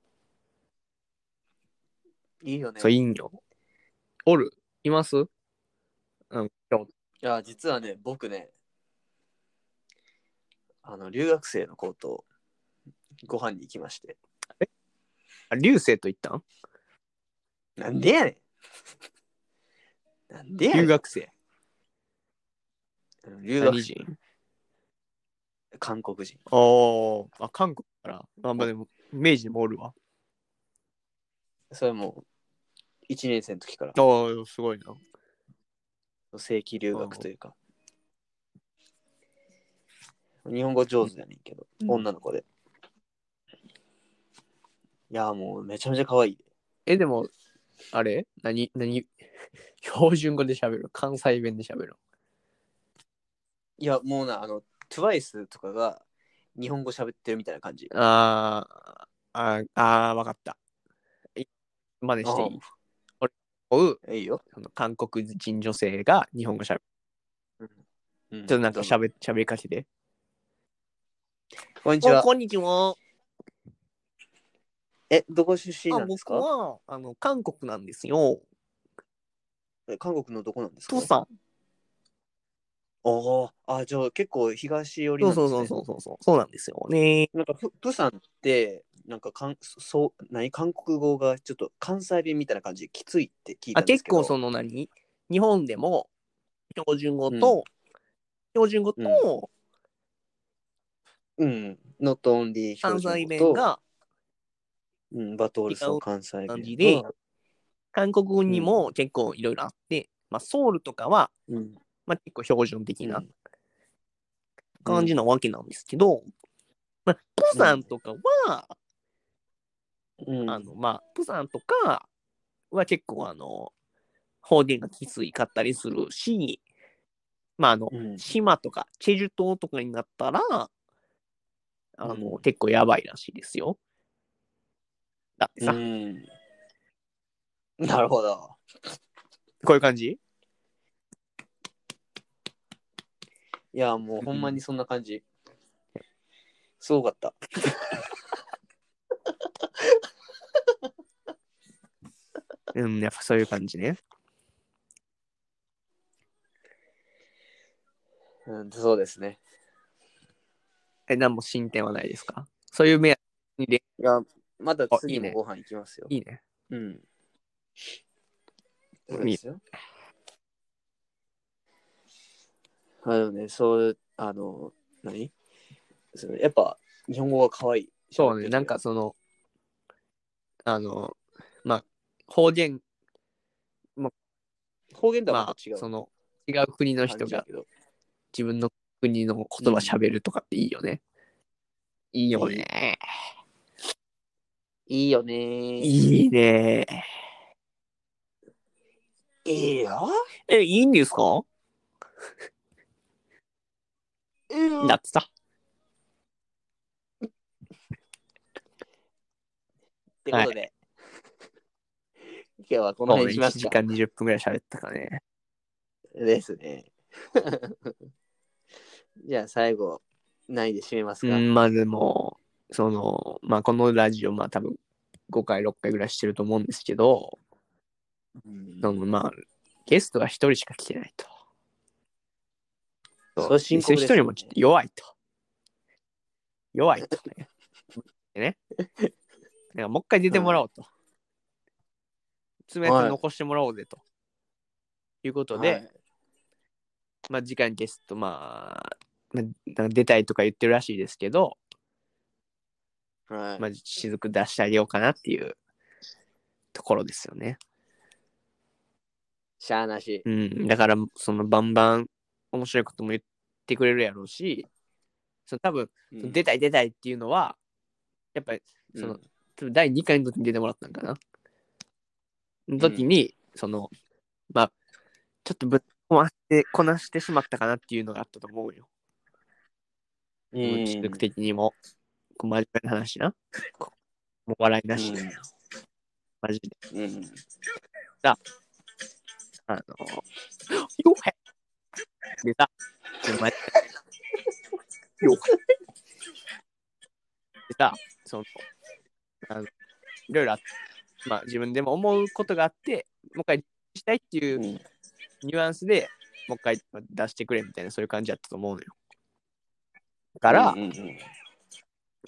いいよね。
そう、いいんよ。おるいますうん。
いや、実はね、僕ね、あの、留学生の子とご飯に行きまして。
あ、流星と言ったん
なんでやねん。 なんでやね
留
ん。
学生。
うん留学
何人
韓国人。
おー。あ、韓国から。あ、まあでも、明治にもおるわ。
それも、1年生の時から
あー、すごいな。
正規留学というか。日本語上手やねんけど、
うん
女の子で。いや、もうめちゃめちゃ可愛い。
え、でも、あれ何何 標準語で喋る関西弁で喋る
いや、もうな、あの、TWICE とかが日本語喋ってるみたいな感じ。
あー、あー、あー、わかった。い真似していい思う
あいいよ。
その韓国人女性が日本語喋る。
ちょっ
ちょっとなんか喋喋りかけて。
こんに
お
ちは。
こんにちは。
え、どこ出身
あ
なんです
僕
か
はあの韓国なんですよ。
え韓国のどこなんですか
父さん。
おーあ、じゃあ結構東寄り
そ
な
う
です、ね。
んそうそうそうそうそう。そうなんですよね。
なんかプ、プサンって、なんかかんそう何、韓国語がちょっと関西弁みたいな感じできついって聞いた
あ
んです
結
けど。
構その何日本でも標準語と、
うん
標準語と
うん。ノットオンリー
関西弁、が
うん、バトールさん関西弁と
感じで、韓国語にも結構いろいろあって、まあ、ソウルとかは、
うん。
まあ、結構標準的
う
なん感じなわけなんですけど、まあ、プサンとかは、
うん。
あの、まあ、プサンとかは結構、あの、方言がきついかったりするし、まあ、あの、
うん、
島とか、チェジュ島とかになったら、あの、
うん
結構やばいらしいですよ。だってさ、
うん。なるほど。
こういう感じ
いや、もうほんまにそんな感じ。すごかった。
うん、やっぱそういう感じね。
うん、そうですね。
え、何も進展はないですかそういう目安にで、
いや、また
あい
次
いね
もご飯行きますよ。
いいね。
うん。そうですよ。あのね、そう、あの、何そのやっぱ、日本語が可愛い。
そうね、なんか、その、あの、まあ、方言、
方言とはま
まあ
た違う。、
その、違う国の人
感じだ
が
けど。
自分の国の言葉喋るとかっていいよね。いいよね。
いいよねー。
いいね。
いいよ。
え、いいんですか
いいよ
なってた。
ってことで、今日はこの辺にしま
1
す
時
か。
間20分ぐらい喋ったかね。
ですね。じゃあ最後、何で締めます
う
か、
ん、まあでも、その、まあこのラジオ、まあ多分5回、6回ぐらいしてると思うんですけど、
うん
そのまあ、ゲストが1人しか来てないと。
それ深刻です
一
ね
人もちょっと弱いと。弱いとね。でね。なんかもう一回出てもらおうと。爪痕
はい
残してもらおうぜと。い、うことで、
はい
まあ次回のゲスト、まあ、まあ、なんか出たいとか言ってるらしいですけど、
はい
まあ、雫出してあげようかなっていうところですよね。
しゃあなし。
うん。だから、そのバンバン面白いことも言ってくれるやろうし、その多分、
うん
出たい出たいっていうのは、やっぱり、その、
うん
多分第2回の時に出てもらったんかな。の時に、その、まあ、ちょっとぶっ壊して、こなしてしまったかなっていうのがあったと思うよ。
う
実力的にも、こう真面目な話な。こうもう笑いなしで、
うん
マジで。
うん
あの、よへでさ、お前、よへでさ、その、あの、いろいろあって、まあ自分でも思うことがあって、もう一回したいっていううんニュアンスで、もう一回まあ出してくれみたいな、そういう感じだったと思うのよ。だから、
うんうん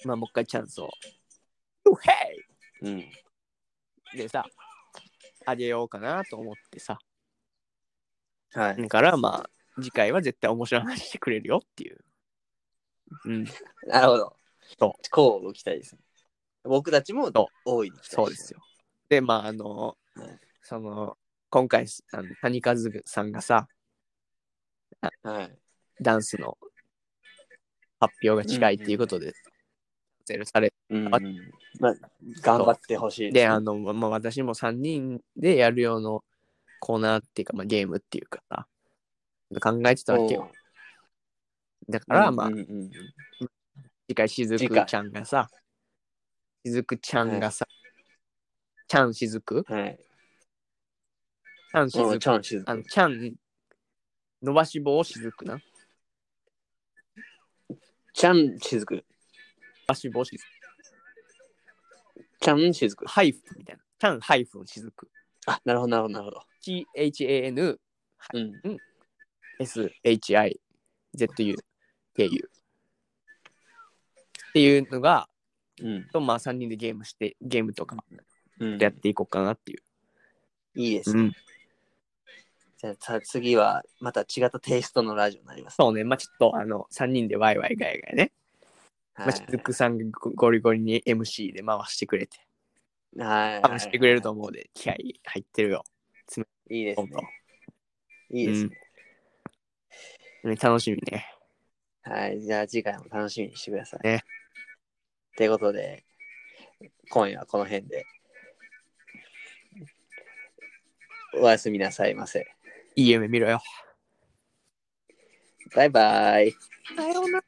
まあもう一回チャンスを、よへ
うん
でさ、あげようかなと思ってさ。
はい。
だからまあ次回は絶対面白い話してくれるよっていう。うん、
なるほど。
そ
こうご期待ですね。僕たちも
そ
大いに期待して
そうですよ。でまああの
はい
その今回すあの谷和さんがさ
はい。
ダンスの発表が近いっていうことで、ゼロされ
うん
あ
まあ、頑張ってほしい
で
ね
あの、まあ、私も3人でやる用のコーナーっていうか、まあ、ゲームっていうかさ考えてたわけよ。だから、まあ
うんうんうん
次回しず
次
く
回
ちゃんがさしずくちゃんがさ、ちゃんしずく
はい。
ちゃんし
う
ず
ん
く
チャンス
あの、ちゃん、伸ばし棒をしずくな。伸
チャンしずく。
ばし棒をしずく。
チャンしずく。
ハイフンみたいな。ちゃん、ハイフン、しずく。
あ、なるほど、なるほど、なるほど。
CHAN、
うん。
SHI、ZU、KU。っていうのが、
うん。
と、まあ、3人でゲームして、ゲームとか
うん、
やっていこうかなっていう。
いいです、
うん。
じゃあさ次はまた違ったテイストのラジオになります。
そうね。まあ、ちょっと、あの、3人でワイワイガヤガヤね。ま
は
あ、
い
しずくさんがゴリゴリに MC で回してくれて。
はい。
回してくれると思うで、気合い入ってるよ。
いいです
ほ
ね
ん。と。
いいですね。
ね楽しみね。
はい。じゃあ次回も楽しみにしてください。
ね。
ということで、今夜はこの辺で。おやすみなさいませ。
いい夢見ろよ。
バイバイ。
さようなら。